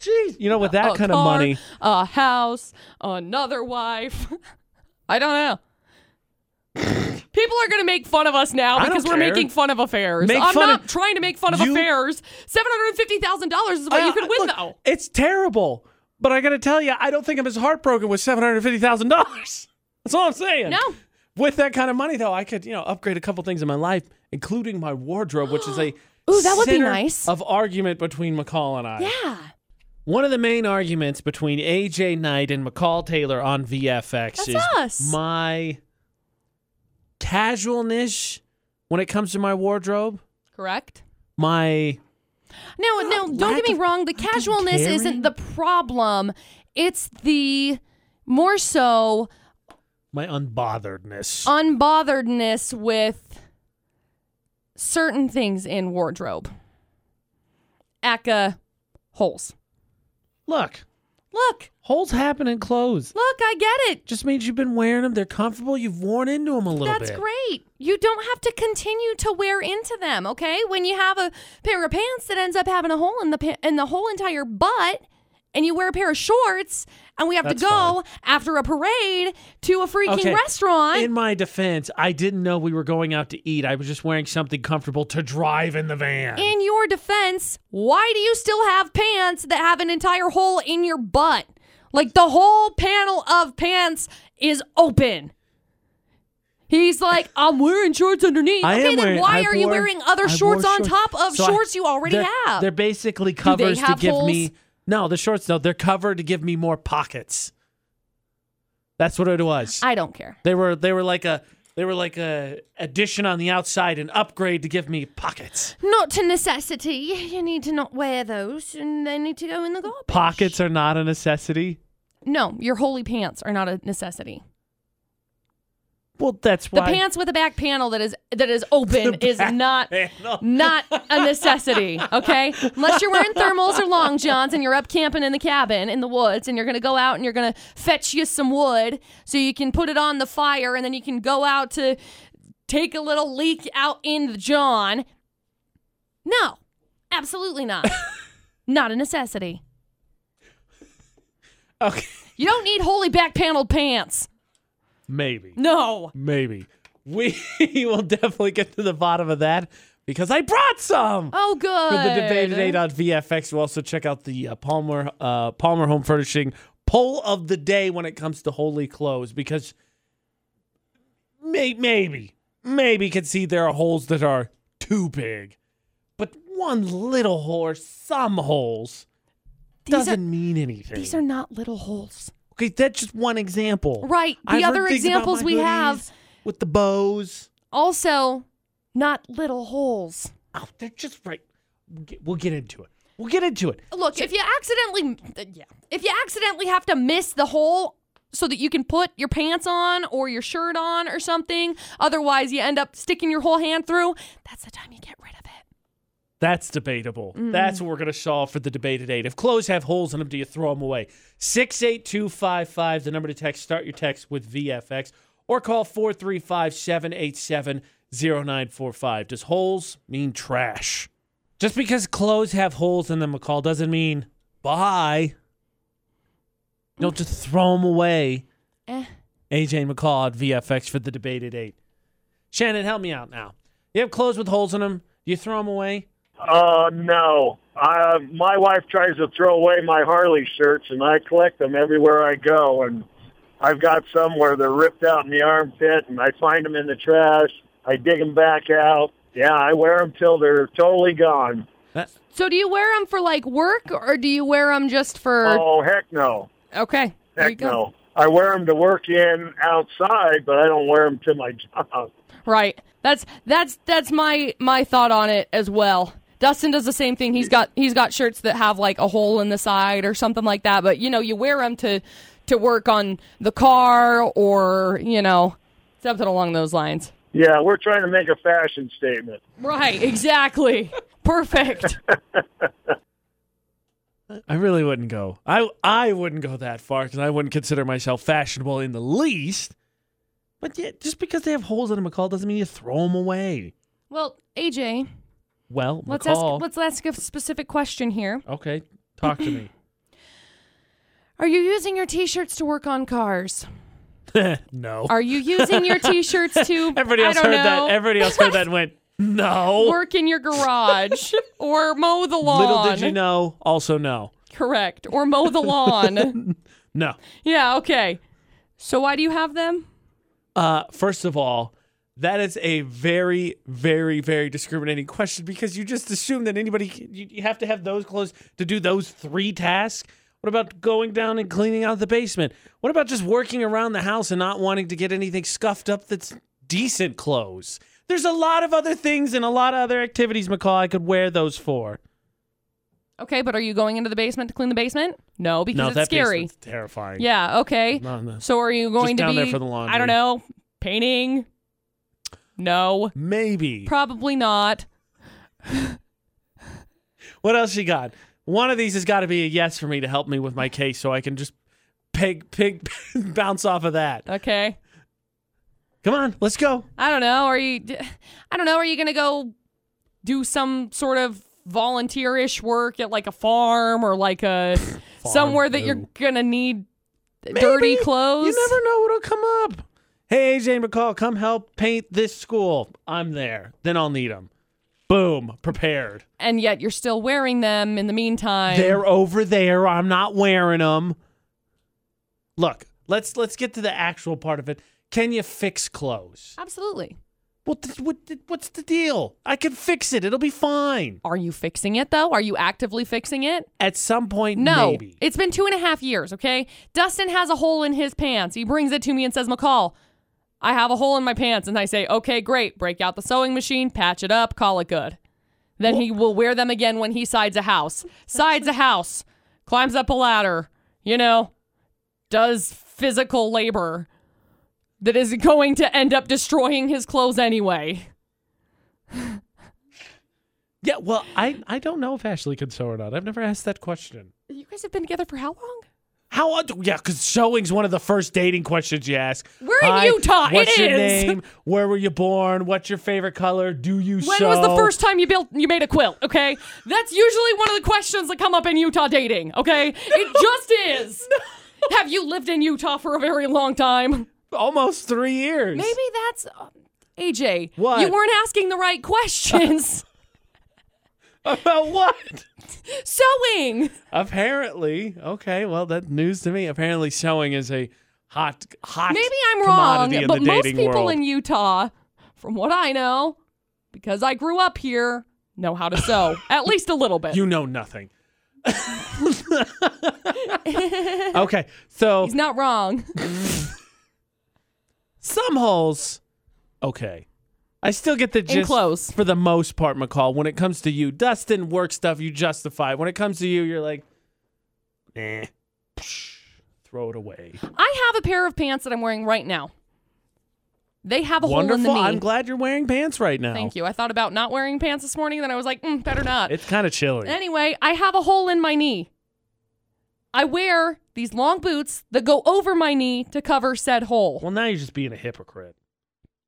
A: Jeez, you know, with that
B: a
A: kind of
B: car,
A: money,
B: a house, another wife. I don't know. People are going to make fun of us now
A: I don't
B: because we're
A: care.
B: making fun of affairs.
A: Make
B: I'm
A: fun
B: not
A: of-
B: trying to make fun of
A: You-
B: affairs. $750,000 is what
A: Uh,
B: you could win,
A: look,
B: though.
A: It's terrible, but I got to tell you, I don't think I'm as heartbroken with seven hundred fifty thousand dollars. That's all I'm saying.
B: No.
A: With that kind of money, though, I could you know upgrade a couple things in my life, including my wardrobe, which is a
B: Ooh, that would be
A: center
B: nice.
A: of argument between McCall and I.
B: Yeah.
A: One of the main arguments between AJ Knight and McCall Taylor on VFX
B: That's
A: is
B: us.
A: my casualness when it comes to my wardrobe,
B: Correct?
A: my
B: No, no, don't get
A: lack
B: me
A: of
B: wrong. The casualness
A: caring.
B: isn't the problem, it's the more so
A: my unbotheredness.
B: Uh unbotheredness with certain things in wardrobe. Aka holes.
A: Look,
B: Look,
A: holes happen in clothes.
B: look, I get it.
A: just means you've been wearing them. They're comfortable. You've worn into them a little
B: That's
A: bit.
B: great. You don't have to continue to wear into them, okay? When you have a pair of pants that ends up having a hole in the pa- in the whole entire butt and you wear a pair of shorts and we have
A: That's
B: to go after a parade to a freaking restaurant.
A: In my defense, I didn't know we were going out to eat. I was just wearing something comfortable to drive in the van.
B: in your defense, why do you still have pants that have an entire hole in your butt? Like the whole panel of pants is open. He's like, I'm wearing shorts underneath.
A: I
B: okay,
A: am
B: then
A: wearing-
B: why
A: I
B: are you
A: wore-
B: wearing other
A: I
B: shorts
A: wore
B: on top of
A: So I-
B: shorts you already
A: they're-
B: have?
A: They're basically covers to
B: have
A: give
B: holes?
A: me. No, the shorts. No, they're covered to give me more pockets. That's what it was.
B: I don't care.
A: they were. They were like a. They were like a addition on the outside, an upgrade to give me pockets.
B: Not to necessity. You need to not wear those and they need to go in the garbage.
A: Pockets are not a necessity.
B: No, your holy pants are not a necessity.
A: Well, that's
B: The
A: why.
B: pants with a back panel that is that is open is not
A: panel.
B: not a necessity, okay? Unless you're wearing thermals or long johns and you're up camping in the cabin in the woods and you're going to go out and you're going to fetch you some wood so you can put it on the fire and then you can go out to take a little leak out in the john. No. Absolutely not. not a necessity.
A: Okay.
B: You don't need holy back paneled pants.
A: Maybe.
B: No.
A: Maybe. We will definitely get to the bottom of that because I brought some.
B: Oh good.
A: for the debate today on VFX. We'll also check out the uh, Palmer uh, Palmer Home Furnishing poll of the day when it comes to holy clothes because may- maybe maybe can see there are holes that are too big, but one little hole or some holes
B: These are-
A: doesn't mean anything.
B: These are not little holes.
A: okay, that's just one example.
B: Right. The
A: I've heard
B: other
A: things about
B: examples
A: my
B: we have-
A: hoodies with the bows.
B: Also, not little holes.
A: Oh, they're just right. We'll get- We'll get into it. We'll get into it.
B: Look, if you accidentally, yeah, if you accidentally have to miss the hole so that you can put your pants on or your shirt on or something, otherwise you end up sticking your whole hand through. That's the time you get rid of it.
A: That's debatable. That's what we're going to solve for the debate today. If clothes have holes in them, do you throw them away? 68255, the number to text. Start your text with VFX or call 435 787 0945. Does holes mean trash? Just because clothes have holes in them, McCall, doesn't mean bye. Don't just throw them away.
B: Eh.
A: AJ McCall at VFX for the debate at 8. Shannon, help me out now. You have clothes with holes in them. Do you throw them away?
C: Uh, no. Uh, my wife tries to throw away my Harley shirts, and I collect them everywhere I go. And I've got some where they're ripped out in the armpit, and I find them in the trash. I dig them back out. Yeah, I wear them till they're totally gone.
A: That,
B: So, do you wear them for like work or do you wear them just for?
C: Oh, heck no.
B: okay, Uh, there you
C: Heck
B: go.
C: no. I wear them to work in outside, but I don't wear them to my job.
B: Right. That's that's that's my my thought on it as well. Dustin does the same thing. He's got he's got shirts that have like a hole in the side or something like that. But you know, you wear them to to work on the car or you know something along those lines.
C: Yeah, we're trying to make a fashion statement.
B: Right. Exactly. Perfect.
A: I really wouldn't go. I I wouldn't go that far because I wouldn't consider myself fashionable in the least. But yeah, just because they have holes in a McCall doesn't mean you throw them away.
B: well, AJ,
A: Well,
B: let's
A: McCall.
B: ask let's ask a specific question here.
A: okay, talk to me.
B: Are you using your t-shirts to work on cars?
A: no.
B: Are you using your t-shirts to
A: Everybody
B: I
A: else
B: don't
A: heard
B: know,
A: that. Everybody else heard that and went, no.
B: work in your garage or mow the lawn.
A: Little did you know, also no.
B: Correct. Or mow the lawn.
A: No.
B: yeah, okay. So why do you have them?
A: Uh, first of all, that is a very, very, very discriminating question because you just assume that anybody you, you have to have those clothes to do those three tasks. What about going down and cleaning out the basement? What about just working around the house and not wanting to get anything scuffed up that's decent clothes? There's a lot of other things and a lot of other activities, McCall. I could wear those for.
B: Okay, but are you going into the basement to clean the basement? No, because
A: no,
B: it's
A: that
B: scary.
A: basement's terrifying.
B: Yeah, okay.
A: No, no.
B: So are you going to
A: down
B: be
A: there for the laundry.
B: I don't know, painting? No.
A: Maybe.
B: Probably not.
A: What else you got? One of these has got to be a yes for me to help me with my case, so I can just pig pig bounce off of that.
B: Okay.
A: Come on, let's go.
B: I don't know. Are you I don't know, are you going to go do some sort of volunteerish work at like a farm or like a somewhere that you're
A: no.
B: going to need dirty
A: Maybe.
B: clothes?
A: You never know what'll come up. Hey, AJ McCall, come help paint this school. I'm there. Then I'll need them. Boom, prepared.
B: and yet you're still wearing them in the meantime.
A: They're over there. I'm not wearing them. Look, let's let's get to the actual part of it. Can you fix clothes?
B: Absolutely.
A: Well, th- what, th- what's the deal? I can fix it. It'll be fine.
B: Are you fixing it though? Are you actively fixing it?
A: At some point,
B: No.
A: maybe.
B: It's been two and a half years, okay? Dustin has a hole in his pants. He brings it to me and says, McCall, I have a hole in my pants. And I say, okay, great. Break out the sewing machine, patch it up, call it good. Then he will wear them again when he sides a house. Sides a house, climbs up a ladder, you know, does physical labor. that is going to end up destroying his clothes anyway.
A: Yeah, well, I, I don't know if Ashley can sew or not. I've never asked that question.
B: You guys have been together for how long?
A: How old? Yeah, because sewing's one of the first dating questions you ask.
B: We're in Utah. It
A: What's your
B: is.
A: name? Where were you born? What's your favorite color? Do you
B: When
A: sew?
B: was the first time you built you made a quilt? Okay, that's usually one of the questions that come up in Utah dating. Okay, it just is. Have you lived in Utah for a very long time?
A: Almost three years.
B: Maybe that's uh, AJ.
A: What?
B: You weren't asking the right questions.
A: About what?
B: Sewing.
A: Apparently, okay. Well, that news to me. Apparently, sewing is a hot, hot.
B: Maybe I'm wrong,
A: commodity in
B: but
A: the
B: most
A: dating
B: people
A: world.
B: in Utah, from what I know, because I grew up here, know how to sew at least a little bit.
A: you know nothing. okay, so
B: He's not wrong.
A: some holes. Okay, I still get the gist
B: close.
A: for the most part, McCall. When it comes to you, Dustin, work stuff you justify. When it comes to you, you're like, eh, psh, throw it away.
B: I have a pair of pants that I'm wearing right now. They have a
A: Wonderful.
B: hole in the knee.
A: I'm glad you're wearing pants right now.
B: Thank you. I thought about not wearing pants this morning, then I was like, mm, better not.
A: It's kind of chilly.
B: Anyway, I have a hole in my knee. I wear these long boots that go over my knee to cover said hole.
A: well, now you're just being a hypocrite.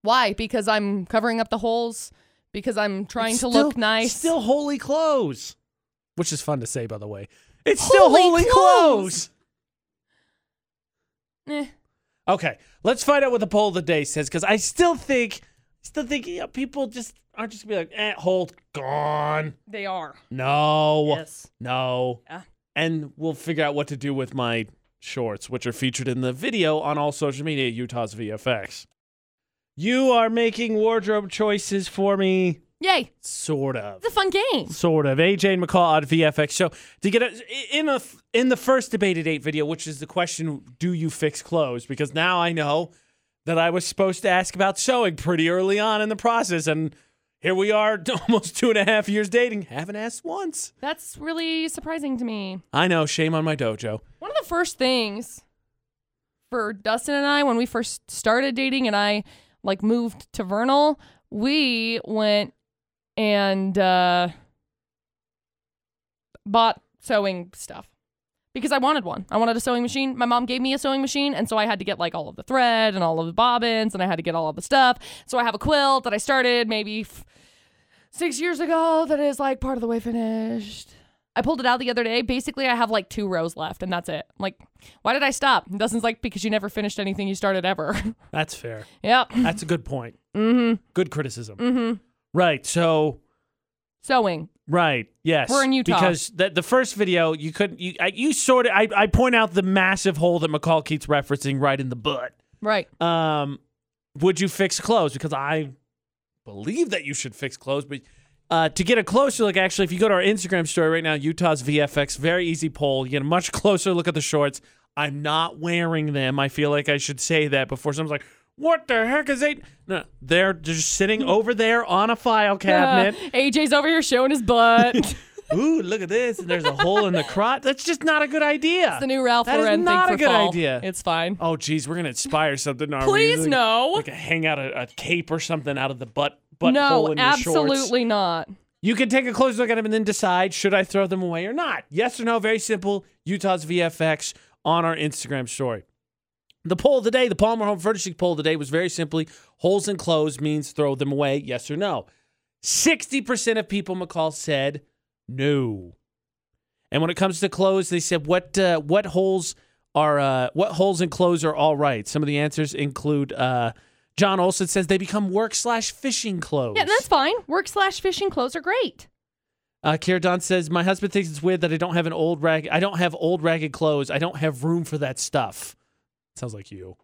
B: Why? Because I'm covering up the holes, because I'm trying to
A: Still-
B: look nice.
A: Still holy clothes, which is fun to say, by the way. It's still
B: Holy
A: holy clothes.
B: clothes! Eh.
A: Okay, let's find out what the poll of the day says because I still think, still think you know, people just aren't just gonna be like, eh, hold, gone,
B: They are.
A: no,
B: Yes.
A: no,
B: Yeah.
A: and we'll figure out what to do with my shorts, which are featured in the video on all social media, Utah's VFX. You are making wardrobe choices for me,
B: Yay.
A: sort of
B: It's a fun game.
A: sort of AJ and McCall on VFX show to get a, in a in the first debated eight video, which is the question: Do you fix clothes? Because now I know that I was supposed to ask about sewing pretty early on in the process, and here we are, almost two and a half years dating, haven't asked once.
B: That's really surprising to me.
A: I know, shame on my dojo.
B: One of the first things for Dustin and I when we first started dating and I like moved to Vernal, we went and uh bought sewing stuff. Because I wanted one. I wanted a sewing machine. My mom gave me a sewing machine, and so I had to get like all of the thread and all of the bobbins, and I had to get all of the stuff. So I have a quilt that I started maybe f- six years ago that is like part of the way finished. I pulled it out the other day. Basically, I have like two rows left, and that's it. I'm like, why did I stop? And Dustin's like, because you never finished anything you started ever.
A: That's fair.
B: yep.
A: That's a good point. Mm-hmm. Good criticism. Mm-hmm. Right. So
B: Sewing.
A: Right. Yes.
B: We're in Utah.
A: because the, the first video you couldn't you I, you sort of I, I point out the massive hole that McCall keeps referencing right in the butt.
B: Right.
A: Um, would you fix clothes? Because I believe that you should fix clothes, but uh, to get a closer look, actually, if you go to our Instagram story right now, Utah's VFX, very easy poll. You get a much closer look at the shorts. I'm not wearing them. I feel like I should say that before someone's like, "What the heck is they?" No, they're just sitting over there on a file
B: Uh,
A: cabinet.
B: AJ's over here showing his butt. It's
A: Ooh, look at this. And there's a hole in the crotch. That's just not a good idea.
B: the new Ralph
A: That is
B: Lauren
A: not a
B: thing for
A: good
B: fall.
A: idea.
B: It's fine.
A: oh, geez, we're going to inspire something, aren't we?
B: Please
A: Like-
B: no.
A: Like a hang out a, a cape or something out of the butt, butt hole
B: no,
A: in your shorts.
B: absolutely not.
A: You can take a close look at them and then decide should I throw them away or not. Yes or no, very simple. Utah's VFX on our Instagram story. The poll of the day, the Palmer Home Furnishing poll of the day was very simply holes in clothes means throw them away, yes or no. 60% of people, McCall said, no. And when it comes to clothes, they said what uh, what holes are uh, what holes in clothes are all right. Some of the answers include uh, John Olson says they become work slash fishing clothes.
B: Yeah, and that's fine. Work slash fishing clothes are great.
A: Uh, Kira Don says, "My husband thinks it's weird that I don't have an old rag. I don't have old ragged clothes. I don't have room for that stuff." Sounds like you.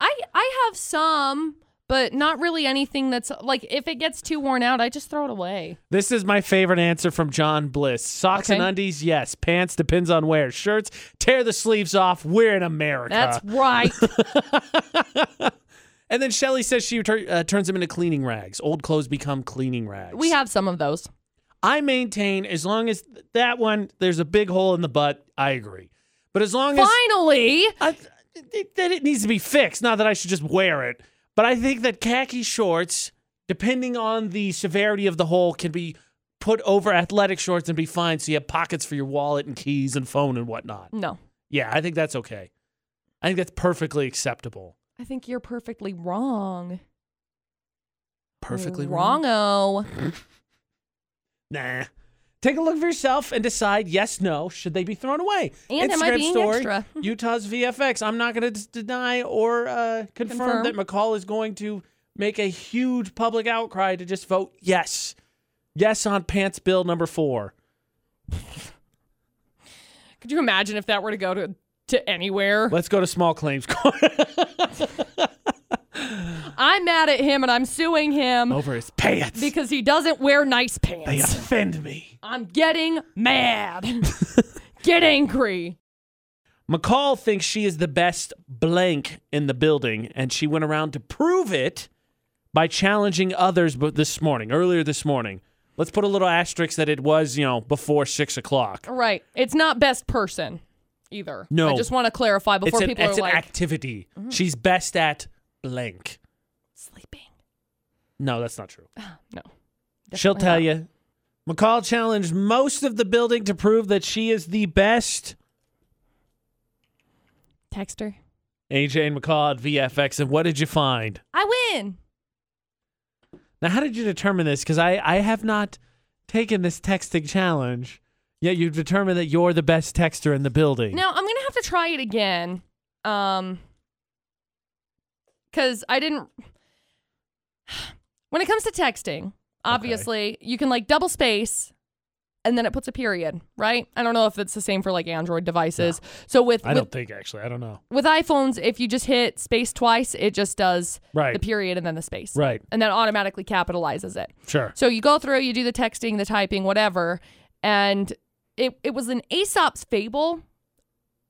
B: I I have some, but not really anything that's like if it gets too worn out, I just throw it away.
A: This is my favorite answer from John Bliss. Socks and
B: Okay.
A: undies, yes. Pants depends on where. Shirts, tear the sleeves off. We're in America.
B: That's right.
A: and then Shelly says she tur- uh, turns them into cleaning rags. Old clothes become cleaning rags.
B: we have some of those.
A: I maintain as long as that one there's a big hole in the butt. I agree. But as long as
B: Finally,
A: I, it- that it needs to be fixed. Not that I should just wear it, but I think that khaki shorts, depending on the severity of the hole, can be put over athletic shorts and be fine. So you have pockets for your wallet and keys and phone and whatnot.
B: No.
A: Yeah, I think that's okay. I think that's perfectly acceptable.
B: I think you're perfectly wrong.
A: Perfectly wrong.
B: Wrongo.
A: Nah. Take a look for yourself and decide yes, no, should they be thrown away?
B: And am I being extra?
A: Utah's VFX. I'm not going to deny or uh, confirm,
B: Confirm.
A: that McCall is going to make a huge public outcry to just vote yes. Yes on pants bill number four.
B: Could you imagine if that were to go to to anywhere?
A: Let's go to small claims court
B: I'm mad at him and I'm suing him
A: over his pants.
B: because he doesn't wear nice
A: they
B: pants.
A: offend me.
B: I'm getting mad. Get angry.
A: McCall thinks she is the best blank in the building, and she went around to prove it by challenging others bu- this morning, earlier this morning. Let's put a little asterisk that it was, you know, before six o'clock.
B: Right. It's not best person either.
A: No.
B: I just want to clarify before
A: it's an,
B: people
A: it's
B: are
A: an
B: like "Mm-hmm."
A: activity. She's best at blank.
B: sleeping.
A: No, that's not true.
B: No.
A: She'll
B: definitely
A: tell
B: not.
A: you. McCall challenged most of the building to prove that she is the best.
B: Text her.
A: AJ and McCall at VFX. And what did you find?
B: I win.
A: Now, how did you determine this? Because I, I have not taken this texting challenge, yet you've determined that you're the best texter in the building.
B: Now I'm gonna have to try it again, um, because I didn't. When it comes to texting, obviously you can like double space, and then it puts a period, right? I don't know if it's the same for like Android devices. So with
A: I
B: with,
A: don't think, actually. I don't know.
B: with iPhones, if you just hit space twice, it just does
A: Right.
B: the period and then the space,
A: Right.
B: and then automatically capitalizes it.
A: Sure.
B: So you go through, you do the texting, the typing, whatever, and it it was an Aesop's fable.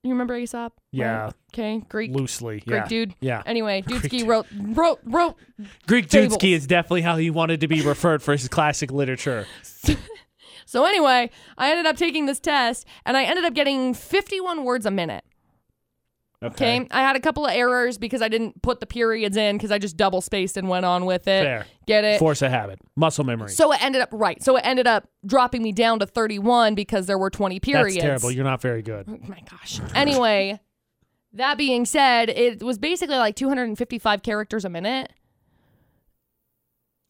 B: You remember Aesop?
A: Yeah.
B: Okay. Greek
A: Loosely.
B: Greek
A: yeah.
B: dude.
A: Yeah.
B: Anyway, Dudeski
A: dude.
B: wrote wrote wrote
A: Greek
B: fables.
A: Dudesky is definitely how he wanted to be referred for his classic literature.
B: so anyway, I ended up taking this test and I ended up getting 51 words a minute. Okay. I had a couple of errors because I didn't put the periods in because I just double spaced and went on with it.
A: Fair.
B: Get it?
A: Force of habit. Muscle memory.
B: so it ended up right. So it ended up dropping me down to 31 because there were 20 periods.
A: That's terrible. You're not very good.
B: my gosh. Anyway, that being said, it was basically like 255 characters a minute.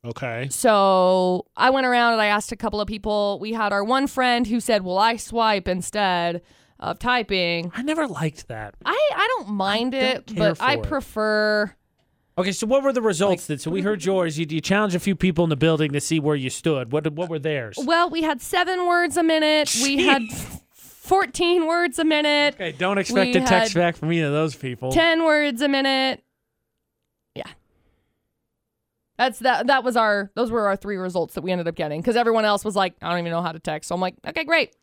A: Okay.
B: So I went around and I asked a couple of people. We had our one friend who said, "Well, I swipe instead of typing."
A: I never liked that.
B: I I don't mind it,
A: care
B: but
A: for
B: I
A: it.
B: prefer.
A: Okay, so what were the results then? So we heard yours. You, you challenged a few people in the building to see where you stood. What what were theirs?
B: Well, we had seven words a minute. We had fourteen words a minute.
A: Okay, don't expect
B: We
A: a text
B: had
A: back from either of those people.
B: Ten words a minute. Yeah. That's that that was our those were our three results that we ended up getting because everyone else was like, I don't even know how to text. So I'm like, okay, great.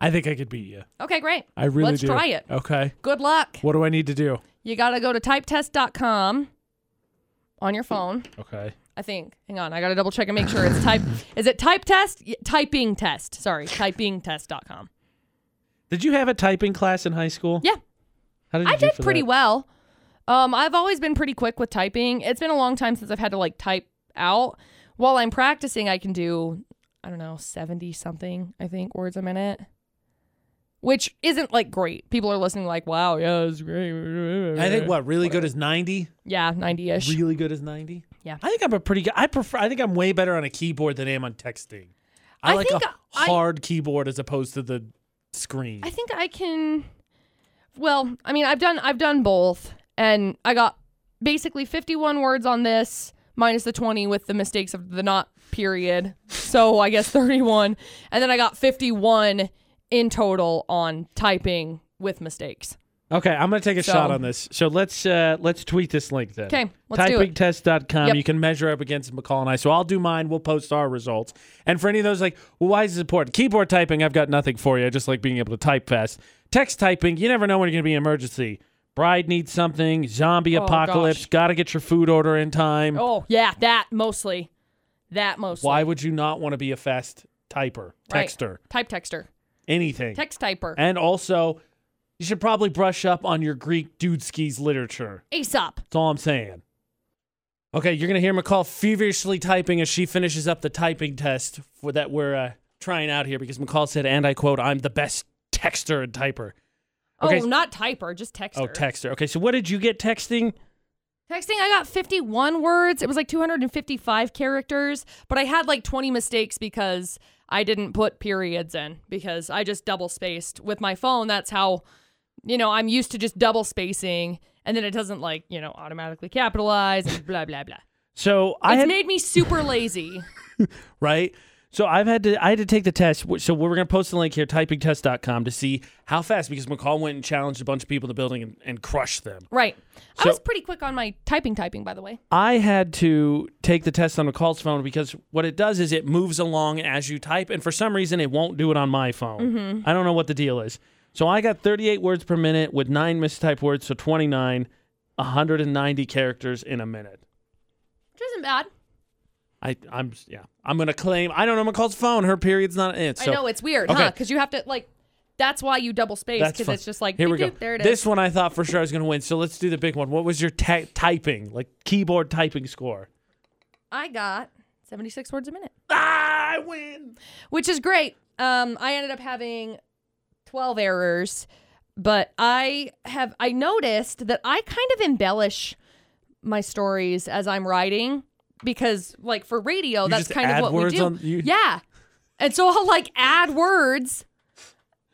A: I think I could beat you.
B: Okay, great.
A: I really
B: Let's
A: do.
B: try it.
A: Okay.
B: Good luck.
A: What do I need to do?
B: You got to go to typetest.com on your phone,
A: Okay.
B: I think. Hang on, I got to double check and make sure it's type Is it type test? Y- typing test. Sorry, typingtest.com.
A: Did you have a typing class in high school?
B: Yeah.
A: How did you
B: I
A: do
B: did
A: for
B: pretty
A: that?
B: well. Um, I've always been pretty quick with typing. It's been a long time since I've had to like type out. While I'm practicing, I can do I don't know seventy something I think words a minute, which isn't like great. People are listening like, "Wow, yeah, it's great."
A: I think what really good is ninety.
B: yeah, ninety ish.
A: Really good is ninety.
B: Yeah.
A: I think I'm a pretty good. I prefer. I think I'm way better on a keyboard than I am on texting. I,
B: I
A: like
B: think
A: a
B: I-
A: hard keyboard as opposed to the screen.
B: I think I can. Well, I mean, I've done I've done both, and I got basically 51 words on this minus the 20 with the mistakes of the not period. So I guess 31, and then I got 51 in total on typing with mistakes.
A: Okay, I'm gonna take a
B: So-
A: shot on this. So let's uh let's tweet this link then.
B: 'Kay, let's do it.
A: Typingtest.com.
B: Yep.
A: You can measure up against McCall and I. So I'll do mine. We'll post our results. And for any of those like, well, why is this important? Keyboard typing, I've got nothing for you. I just like being able to type fast. Text typing, you never know when you're gonna be in emergency. Bride needs something. Zombie
B: Oh,
A: apocalypse.
B: gosh.
A: Gotta get your food order in time.
B: Oh yeah, that mostly, that mostly.
A: Why would you not want to be a fast typer,
B: Right.
A: texter,
B: Type texter,
A: anything?
B: text typer.
A: And also, You should probably brush up on your Greek dude skis literature.
B: Aesop.
A: That's all I'm saying. Okay, you're gonna hear McCall feverishly typing as she finishes up the typing test for that we're uh, trying out here because McCall said, and I quote, "I'm the best texter and typer." Okay.
B: Oh, not typer, just texter.
A: Oh, texter. Okay, so what did you get texting?
B: Texting, I got 51 words. It was like 255 characters, but I had like 20 mistakes because I didn't put periods in because I just double spaced with my phone. That's how, you know, I'm used to just double spacing and then it doesn't like, you know, automatically capitalize and blah, blah, blah.
A: So I
B: It's
A: had
B: made me super lazy.
A: right? So I've had to I had to take the test. Wh- So we're gonna post the link here, typingtest.com, to see how fast because McCall went and challenged a bunch of people in the building and, and crushed them.
B: Right. I
A: So-
B: was pretty quick on my typing, typing, by the way.
A: I had to take the test on McCall's phone because what it does is it moves along as you type, and for some reason it won't do it on my phone.
B: Mm-hmm.
A: I don't know what the deal is. So I got 38 words per minute with nine mistyped words, so 29, 190 characters in a minute.
B: Which isn't bad.
A: I, I'm yeah. I'm gonna claim I don't know McCall's phone. Her period's not in. it, So
B: I know it's weird,
A: okay.
B: huh? Because you have to like, that's why you double space
A: That's
B: because
A: fun.
B: it's just like
A: here we go.
B: doot, There it is.
A: This one I thought for sure I was going to win. So let's do the big one. What was your ty- typing, like keyboard typing score?
B: I got 76 words a minute,
A: Ah, I win.
B: which is great. Um, I ended up having 12 errors, but I have I noticed that I kind of embellish my stories as I'm writing because like for radio, that's
A: just
B: kind
A: add
B: of what
A: words
B: we do.
A: on- you-
B: Yeah. And so I'll like add words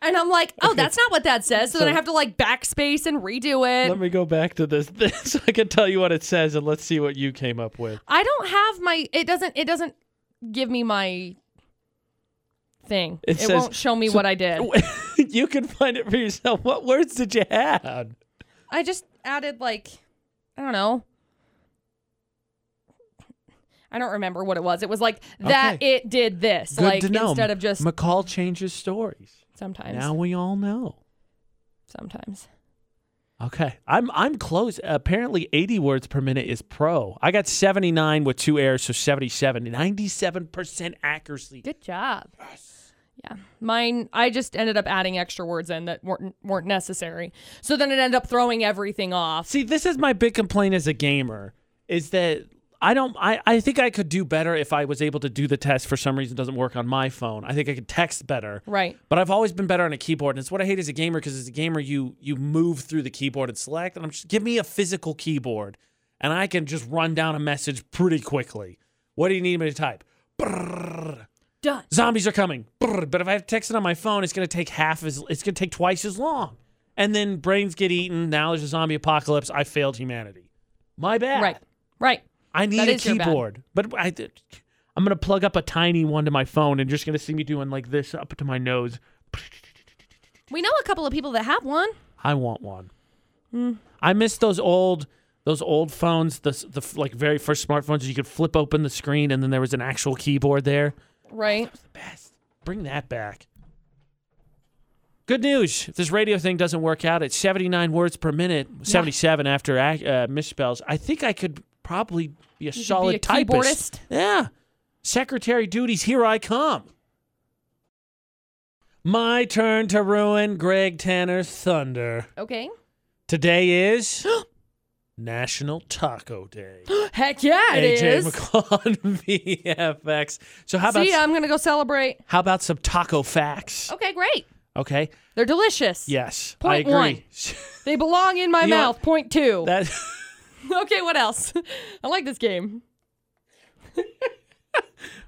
B: and I'm like, oh, that's not what that says. So, then I
A: So-
B: have to like backspace and redo it.
A: Let me go back to this, this so I can tell you what it says, and let's see what you came up with.
B: I don't have my. It doesn't. It doesn't give me my thing.
A: It
B: It,
A: says-
B: won't show me what I did.
A: you can find it for yourself. What words did you add?
B: I just added like, I don't know. I don't remember what it was. It was like that.
A: Okay.
B: It did this.
A: Good
B: like
A: to know.
B: instead of just
A: McCall changes stories.
B: sometimes.
A: Now we all know.
B: Sometimes.
A: Okay, I'm I'm close. Apparently, 80 words per minute is pro. I got 79 with two errors, so 77, 97 percent accuracy.
B: Good job. Yeah. Mine. I just ended up adding extra words in that weren't weren't necessary. So then it ended up throwing everything off.
A: See, this is my big complaint as a gamer is that I don't I, I think I could do better if I was able to do the test for some reason it doesn't work on my phone. I think I could text better.
B: Right.
A: But I've always been better on a keyboard and it's what I hate as a gamer because as a gamer you you move through the keyboard and select and I'm just give me a physical keyboard and I can just run down a message pretty quickly. What do you need me to type? Brrr,
B: Done.
A: zombies are coming. Brrr. But if I have to text it on my phone, it's going to take half as it's going to take twice as long. And then brains get eaten. Now there's a zombie apocalypse. I failed humanity. My bad.
B: Right. Right.
A: I need
B: That
A: a
B: is your bad.
A: keyboard. But I, I'm going to plug up a tiny one to my phone, and you're just going to see me doing like this up to my nose.
B: We know a couple of people that have one.
A: I want one.
B: Hmm.
A: I miss those old those old phones, the s- the f- like very first smartphones. You could flip open the screen, and then there was an actual keyboard there.
B: Right.
A: best. Bring that back. Good news. If this radio thing doesn't work out, it's 79 words per minute, 77 after ac- uh, misspells. I think I could probably be a
B: be
A: solid
B: a
A: typist.
B: keyboardist.
A: Yeah. Secretary duties, here I come. My turn to ruin Greg Tanner's thunder.
B: Okay.
A: Today is National Taco Day.
B: Heck yeah, it is.
A: AJ McCall on VFX. So how about
B: See, I'm gonna go celebrate.
A: how about some taco facts?
B: Okay, great.
A: Okay.
B: They're delicious.
A: Yes. I
B: Point
A: agree.
B: one. They belong in my
A: You know
B: mouth. Point two.
A: That
B: okay, what else? I like this game.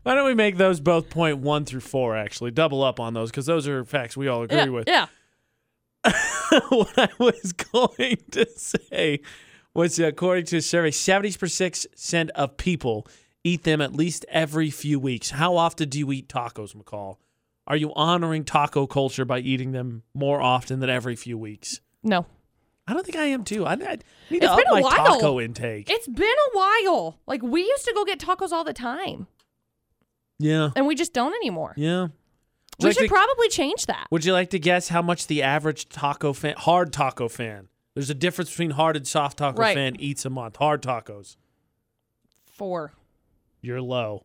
A: why don't we make those both point one through four actually? Double up on those because those are facts we all agree
B: Yeah,
A: with.
B: yeah.
A: what I was going to say was according to a survey, seventy percent of people eat them at least every few weeks. How often do you eat tacos, McCall? Are you honoring taco culture by eating them more often than every few weeks?
B: No.
A: I don't think I am too. I, I need to
B: It's
A: up
B: been a
A: my
B: while.
A: taco intake.
B: It's been a while. Like we used to go get tacos all the time,
A: yeah,
B: and we just don't anymore.
A: yeah.
B: We
A: Like
B: should
A: the-
B: probably change that.
A: Would you like to guess how much the average taco fan, hard taco fan, there's a difference between hard and soft taco
B: Right.
A: fan eats a month. Hard tacos,
B: Four.
A: you're low.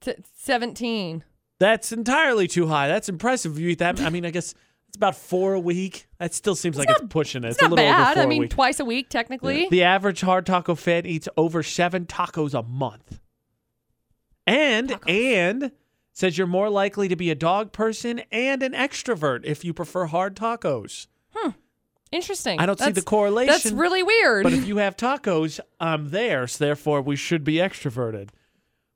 B: T- Seventeen.
A: That's entirely too high. That's impressive. You eat that. I mean, I guess It's about four a week. That still seems like it's pushing it. It's,
B: It's
A: a
B: not
A: little over
B: bad.
A: four
B: I
A: a
B: mean,
A: week.
B: twice a week technically.
A: The average hard taco fan eats over seven tacos a month. And and says you're more likely to be a dog person and an extrovert if you prefer hard tacos.
B: Interesting.
A: I don't see
B: That's-
A: the correlation.
B: That's really weird.
A: But if you have tacos, I'm there, so therefore we should be extroverted.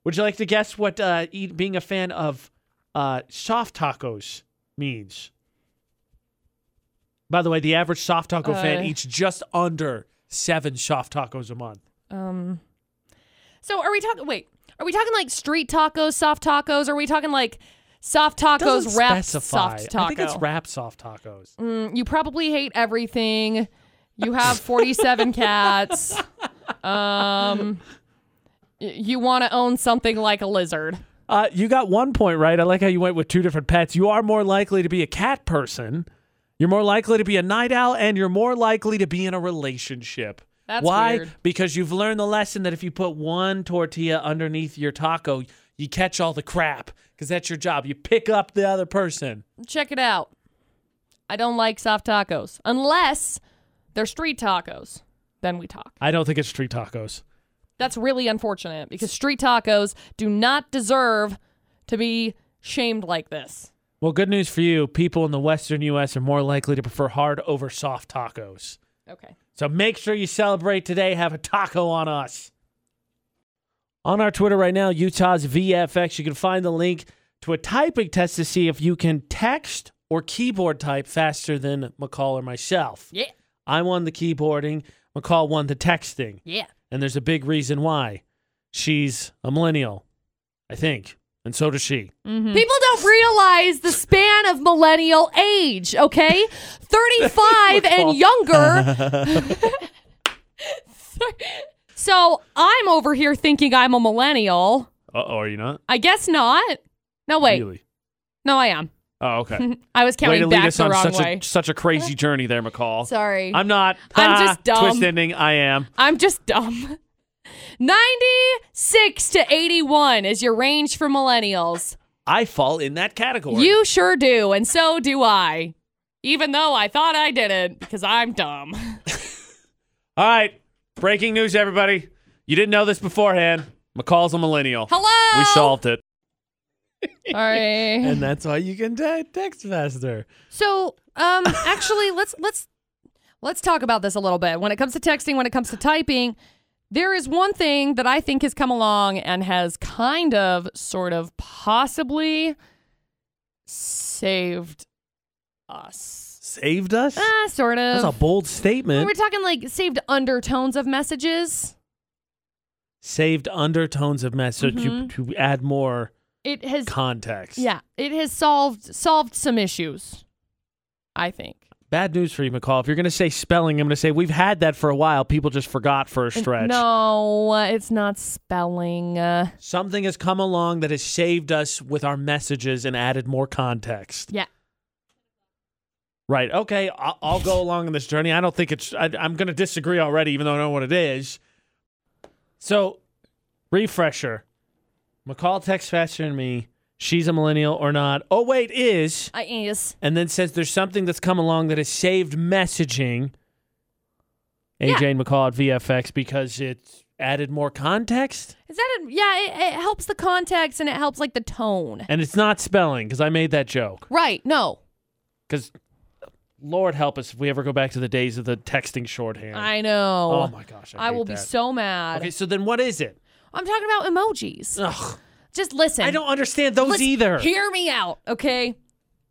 A: Would you like to guess what uh, eat, being a fan of uh, soft tacos means? By the way, the average soft taco
B: Uh,
A: fan eats just under seven soft tacos a month.
B: um, so are we talking? Wait, are we talking like street tacos, soft tacos? Or are we talking like soft tacos
A: Doesn't
B: wrapped
A: specify.
B: soft taco?
A: I think it's wrapped soft tacos.
B: Mm, you probably hate everything. You have 47 cats. Um, y- you want to own something like a lizard.
A: Uh, you got one point right. I like how you went with two different pets. You are more likely to be a cat person. You're more likely to be a night owl, and you're more likely to be in a relationship.
B: That's
A: Why?
B: weird.
A: Because you've learned the lesson that if you put one tortilla underneath your taco, you catch all the crap. Because that's your job. You pick up the other person.
B: Check it out. I don't like soft tacos unless they're street tacos. Then we talk.
A: I don't think it's street tacos.
B: That's really unfortunate because street tacos do not deserve to be shamed like this.
A: Well, good news for you. People in the Western U.S. are more likely to prefer hard over soft tacos.
B: Okay.
A: So make sure you celebrate today. Have a taco on us. On our Twitter right now, Utah's VFX, you can find the link to a typing test to see if you can text or keyboard type faster than McCall or myself.
B: Yeah.
A: I won the keyboarding, McCall won the texting.
B: Yeah.
A: And there's a big reason why. She's a millennial, I think. And so does she.
B: Mm-hmm. People don't realize the span of millennial age, okay? 35 and younger. so I'm over here thinking I'm a millennial.
A: Uh oh, are you not?
B: I guess not. No, wait.
A: Really?
B: No, I am. Mm-hmm.
A: Oh, okay.
B: I was
A: Way
B: counting
A: to lead
B: back
A: us
B: the
A: on
B: wrong
A: such
B: way.
A: a, such a crazy journey there, McCall.
B: Sorry.
A: I'm not.
B: I'm
A: Ha,
B: just dumb.
A: Twist ending. I am.
B: I'm just dumb. 96 to 81 is your range for millennials.
A: I fall in that category.
B: You sure do, and so do I. Even though I thought I didn't, because I'm dumb.
A: All right. Breaking news, everybody. You didn't know this beforehand. McCall's a millennial.
B: Hello.
A: We solved it.
B: Sorry.
A: that's why you can text faster.
B: So, um, actually, let's let's let's talk about this a little bit. When it comes to texting, when it comes to typing, there is one thing that I think has come along and has kind of, sort of, possibly saved us.
A: Saved us?
B: Ah, sort of.
A: That's a bold
B: We
A: statement.
B: We're talking like saved undertones of messages.
A: Saved undertones of message
B: Mhm.
A: to, to add more
B: It has,
A: context.
B: yeah, it has solved solved some issues. I think.
A: Bad news for you, McCall. If you're going to say spelling, I'm going to say we've had that for a while. People just forgot for a
B: And
A: stretch.
B: No, it's not spelling. Uh,
A: Something has come along that has saved us with our messages and added more context.
B: yeah.
A: Right. Okay. I'll, I'll go along on this journey. I don't think it's. I, I'm going to disagree already, even though I know what it is. So, refresher. McCall texts faster than me. She's a millennial or not? Oh wait, is
B: I is.
A: and then says there's something that's come along that has saved messaging. AJ and McCall at VFX because it's added more context
B: Is that a, yeah, it, it helps the context and it helps like the tone.
A: and it's not spelling because I made that joke
B: Right. No.
A: because. Lord help us if we ever go back to the days of the texting shorthand.
B: I know.
A: oh my gosh! I,
B: I, will
A: hate
B: be
A: that.
B: so mad.
A: Okay, so then what is it?
B: I'm talking about emojis.
A: Ugh,
B: Just listen.
A: I don't understand those
B: Listen,
A: either.
B: Hear me out, okay?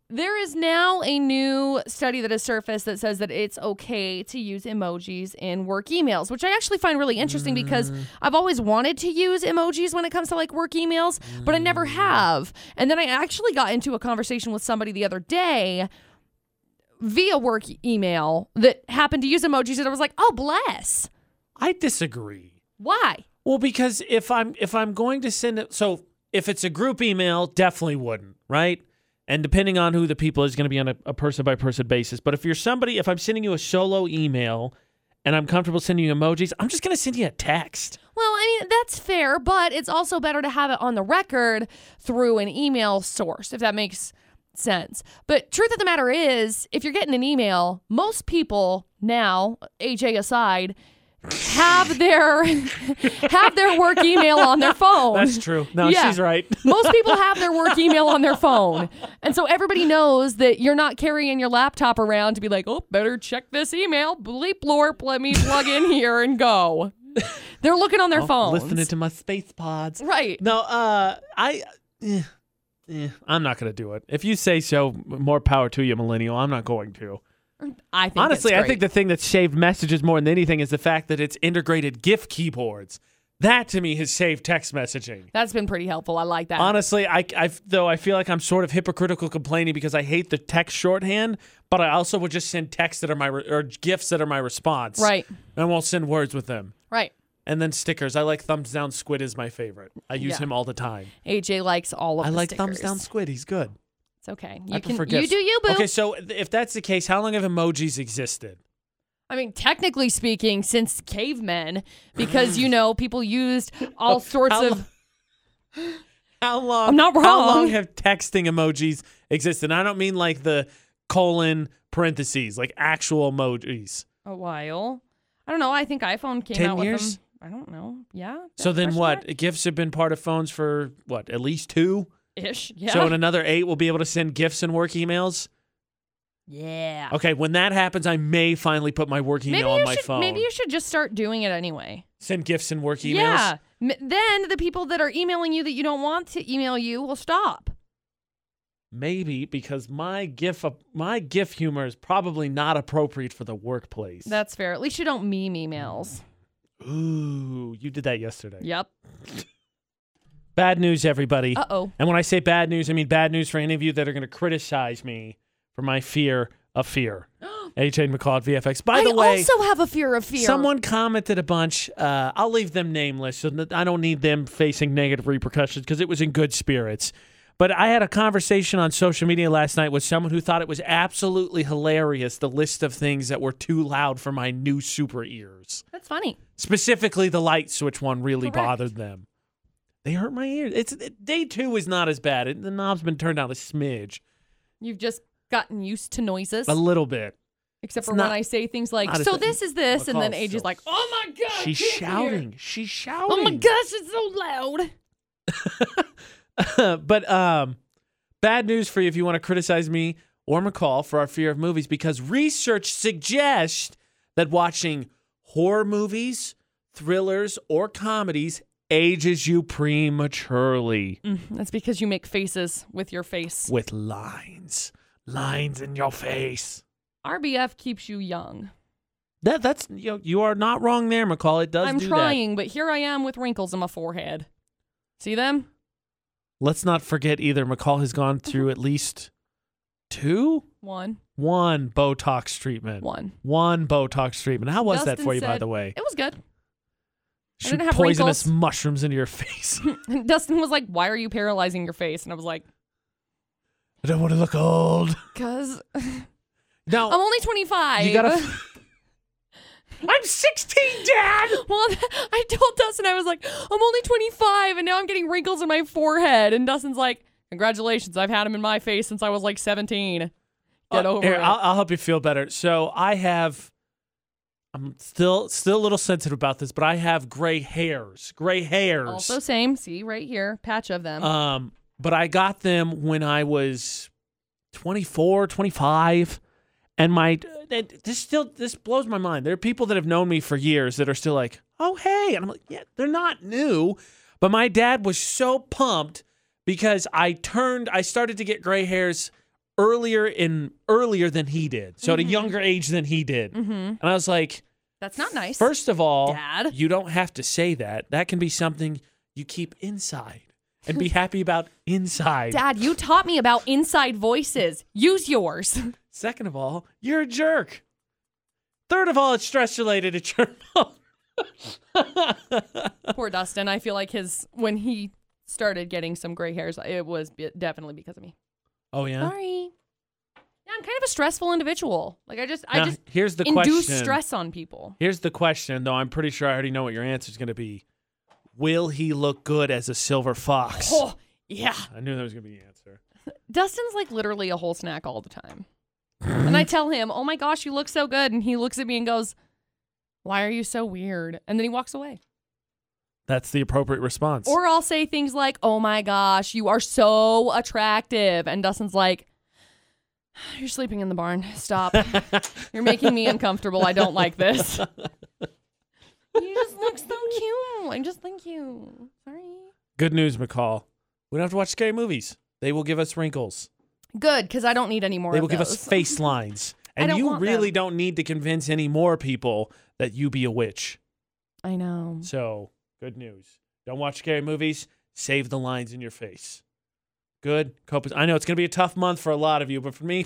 B: There is now a new study that has surfaced that says that it's okay to use emojis in work emails, which I actually find really interesting because
A: Mm.
B: I've always wanted to use emojis when it comes to like work emails, but I
A: Mm.
B: never have. And then I actually got into a conversation with somebody the other day via work email that happened to use emojis and I was like, "Oh, bless.
A: I disagree.
B: Why?"
A: Well, because if I'm if I'm going to send it, so if it's a group email, definitely wouldn't, right? And depending on who the people is going to be on a, a person by person basis. But if you're somebody, if I'm sending you a solo email, and I'm comfortable sending you emojis, I'm just going to send you a text.
B: Well, I mean, that's fair, but it's also better to have it on the record through an email source, if that makes sense. But truth of the matter is, if you're getting an email, most people now, AJ aside, have their have their work email on their phone.
A: That's true. No,
B: Yeah.
A: she's right.
B: Most people have their work email on their phone. And so everybody knows that you're not carrying your laptop around to be like, oh, better check this email. Bleep lorp, let me plug in here and go. They're looking on their phones.
A: Listening to my space pods.
B: right.
A: No, uh, I, eh, eh, I'm not gonna do it. If you say so, more power to you, millennial. I'm not going to.
B: I think
A: Honestly,
B: it's
A: I think
B: great.
A: the thing that saved messages more than anything is the fact that it's integrated GIF keyboards. That to me has saved text messaging.
B: that's been pretty helpful. I like that.
A: Honestly, I, I though I feel like I'm sort of hypocritical complaining because I hate the text shorthand, but I also would just send texts that are my re- or gifs that are my response.
B: Right.
A: I won't send words with them.
B: right.
A: And then stickers. I like thumbs down squid is my favorite. I use
B: Yeah.
A: him all the time.
B: AJ likes all of
A: I
B: the
A: like thumbs
B: stickers.
A: down squid. He's good.
B: It's okay.
A: I
B: You can
A: prefer
B: you
A: gifs.
B: do you boo.
A: Okay, so th- if that's the case, how long have emojis existed?
B: I mean, technically speaking, since cavemen, because you know people used all sorts
A: How
B: of.
A: lo- How long?
B: I'm not
A: How long
B: wrong.
A: have texting emojis existed? And I don't mean like the colon parentheses, like actual emojis.
B: a while. I don't know. I think iPhone came
A: 10
B: out
A: years?
B: with them. I don't know. Yeah.
A: So then
B: question
A: what?
B: mark?
A: GIFs have been part of phones for what? At least two.
B: Ish. Yeah.
A: So in another eight, we'll be able to send GIFs and work emails.
B: yeah.
A: Okay, when that happens, I may finally put my work email
B: Maybe
A: on
B: you
A: my
B: should.
A: phone.
B: Maybe you should just start doing it anyway.
A: send GIFs and work emails.
B: Yeah. M- then the people that are emailing you that you don't want to email you will stop.
A: Maybe because my GIF uh, my GIF humor is probably not appropriate for the workplace.
B: That's fair. At least you don't meme emails.
A: Ooh, you did that yesterday.
B: Yep.
A: Bad news, everybody.
B: Uh oh.
A: And when I say bad news, I mean bad news for any of you that are going to criticize me for my fear of fear. AJ McCall at VFX. By
B: I
A: the way,
B: also have a fear of fear.
A: someone commented a bunch. Uh, I'll leave them nameless. So that I don't need them facing negative repercussions because it was in good spirits. But I had a conversation on social media last night with someone who thought it was absolutely hilarious the list of things that were too loud for my new super ears.
B: That's funny.
A: Specifically, the light switch one really
B: Correct.
A: bothered them. They hurt my ears. It's it, day two is not as bad. It, the knob's been turned down a smidge,
B: You've just gotten used to noises.
A: a little bit.
B: Except
A: It's
B: for
A: not-
B: when I say things like,
A: not a
B: "So
A: thing.
B: this is this," and then
A: McCall's
B: Age is
A: so-
B: like, "Oh my god!" I
A: She's
B: can't hear."
A: shouting. She's shouting.
B: Oh my gosh, it's so loud.
A: but um, bad news for you if you want to criticize me or McCall for our fear of movies, because research suggests that watching horror movies, thrillers, or comedies ages you prematurely
B: Mm, That's because you make faces with your face.
A: with lines, lines in your face.
B: RBF keeps you young.
A: That that's you, know, you are not wrong there, McCall. It does.
B: I'm
A: do That.
B: trying, but here I am with wrinkles in my forehead. See them?
A: Let's not forget either. McCall has gone through at least two,
B: One,
A: one Botox treatment.
B: one.
A: One Botox treatment. How was that
B: Dustin
A: for you, by
B: said-
A: the way?
B: It was good. I
A: Shoot
B: didn't have
A: poisonous
B: wrinkles.
A: mushrooms into your face.
B: And Dustin was like, "Why are you paralyzing your face?" And I was like,
A: I don't want to look old.
B: "Cause I'm
A: No,
B: only 25."
A: you gotta. I'm 16, Dad.
B: Well, I told Dustin, I was like, I'm only 25 and now I'm getting wrinkles in my forehead. And Dustin's like, Congratulations, I've had them in my face since I was like 17. Get
A: Uh,
B: over
A: here,
B: it.
A: I'll, I'll help you feel better. So I have, I'm still still a little sensitive about this, but I have gray hairs. Gray hairs.
B: also, same. See right here, patch of them.
A: Um, but I got them when I was 24, 25. And my and this still this blows my mind. There are people that have known me for years that are still like, "Oh hey," and I'm like, "Yeah, they're not new." But my dad was so pumped because I turned, I started to get gray hairs earlier in earlier than he did, so at a younger age than he did.
B: Mm-hmm.
A: And I was like,
B: That's not nice.
A: First of all,
B: Dad.
A: you don't have to say that. That can be something you keep inside and be happy about inside.
B: Dad, you taught me about inside voices. Use yours.
A: Second of all, you're a jerk. Third of all, it's stress related at your mom.
B: Poor Dustin. I feel like his, when he started getting some gray hairs, it was be- definitely because of me.
A: Oh yeah.
B: Sorry. Yeah, I'm kind of a stressful individual. Like, I just, I
A: Now,
B: just
A: here's the
B: induce
A: question.
B: stress on people.
A: Here's the question, though. I'm pretty sure I already know what your answer is going to be. Will he look good as a silver fox?
B: Oh, yeah.
A: I knew that was going to be the answer.
B: Dustin's like literally a whole snack all the time. and I tell him, "Oh my gosh, you look so good," and he looks at me and goes, "Why are you so weird?" And then he walks away.
A: That's the appropriate response.
B: Or I'll say things like, "Oh my gosh, you are so attractive," and Dustin's like. You're sleeping in the barn. Stop. You're making me uncomfortable. I don't like this. You just look so cute. I just thank you. Sorry.
A: Good news, McCall. We don't have to watch scary movies. They will give us wrinkles.
B: Good, because I don't need any more.
A: They
B: of
A: will give us
B: those.
A: face lines.
B: I
A: And
B: don't
A: you
B: want
A: really don't need to convince any more people that you be a witch.
B: I know.
A: So, good news. Don't watch scary movies. Save the lines in your face. Good. Cope. is- I know it's going to be a tough month for a lot of you, but for me,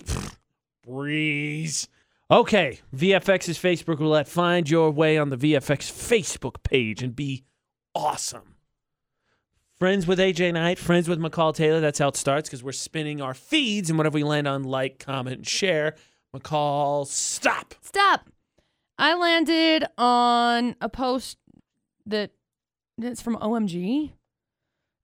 A: breeze. Okay. VFX's Facebook roulette. Find your way on the VFX Facebook page and be awesome. Friends with AJ Knight, friends with McCall Taylor. That's how it starts because we're spinning our feeds, and whatever we land on, like, comment, and share. McCall, stop.
B: Stop. I landed on a post that that's from OMG.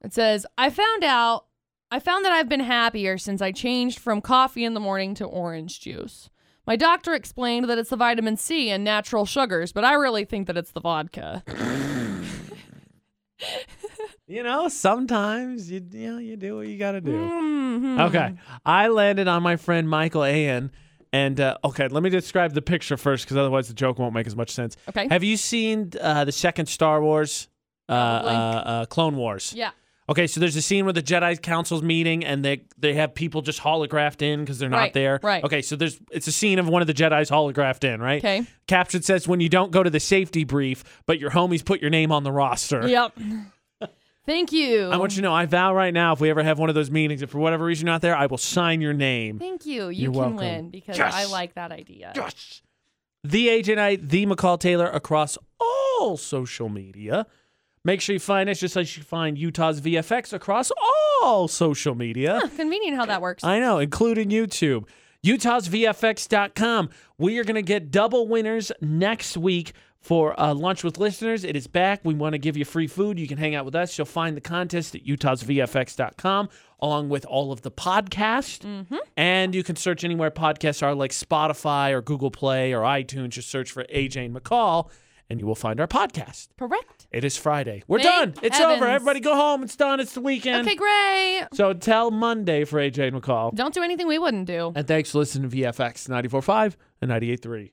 B: It says, "I found out. I found that I've been happier since I changed from coffee in the morning to orange juice." My doctor explained that it's the vitamin C and natural sugars, but I really think that it's the vodka.
A: You know, sometimes you, you know you do what you got to do.
B: Mhm.
A: Okay. I landed on my friend Michael Ayan. And uh, okay, let me describe the picture first because otherwise the joke won't make as much sense.
B: Okay.
A: Have you seen uh, the second Star Wars, uh,
B: Probably.
A: uh, uh, Clone Wars?
B: Yeah.
A: Okay, so there's a scene where the Jedi Council's meeting and they they have people just holographed in because they're not
B: Right,
A: there.
B: right.
A: Okay, so there's it's a scene of one of the Jedi's holographed in, right?
B: Okay.
A: Caption says when you don't go to the safety brief, but your homies put your name on the roster.
B: Yep. Thank you.
A: I want you to know, I vow right now, if we ever have one of those meetings, if for whatever reason you're not there, I will sign your name.
B: Thank you.
A: You're
B: You can
A: welcome.
B: win because
A: Yes.
B: I like that idea.
A: Yes. The Agent I, the McCall Taylor across all social media. Make sure you find us just like you find Utah's VFX across all social media.
B: Convenient how that works.
A: I know, including YouTube. UtahsVFX.com. We are going to get double winners next week for uh, Lunch with Listeners. It is back. We want to give you free food. You can hang out with us. You'll find the contest at UtahsVFX.com along with all of the podcast.
B: Mm-hmm.
A: And you can search anywhere podcasts are like Spotify or Google Play or iTunes. Just search for AJ and McCall and you will find our podcast.
B: Correct.
A: It is Friday. We're
B: Thank
A: done. It's over.
B: heavens.
A: Everybody go home. It's done. It's the weekend.
B: Okay, great.
A: So until Monday for AJ and McCall.
B: Don't do anything we wouldn't do.
A: And thanks for listening to VFX 94.5 and 98.3.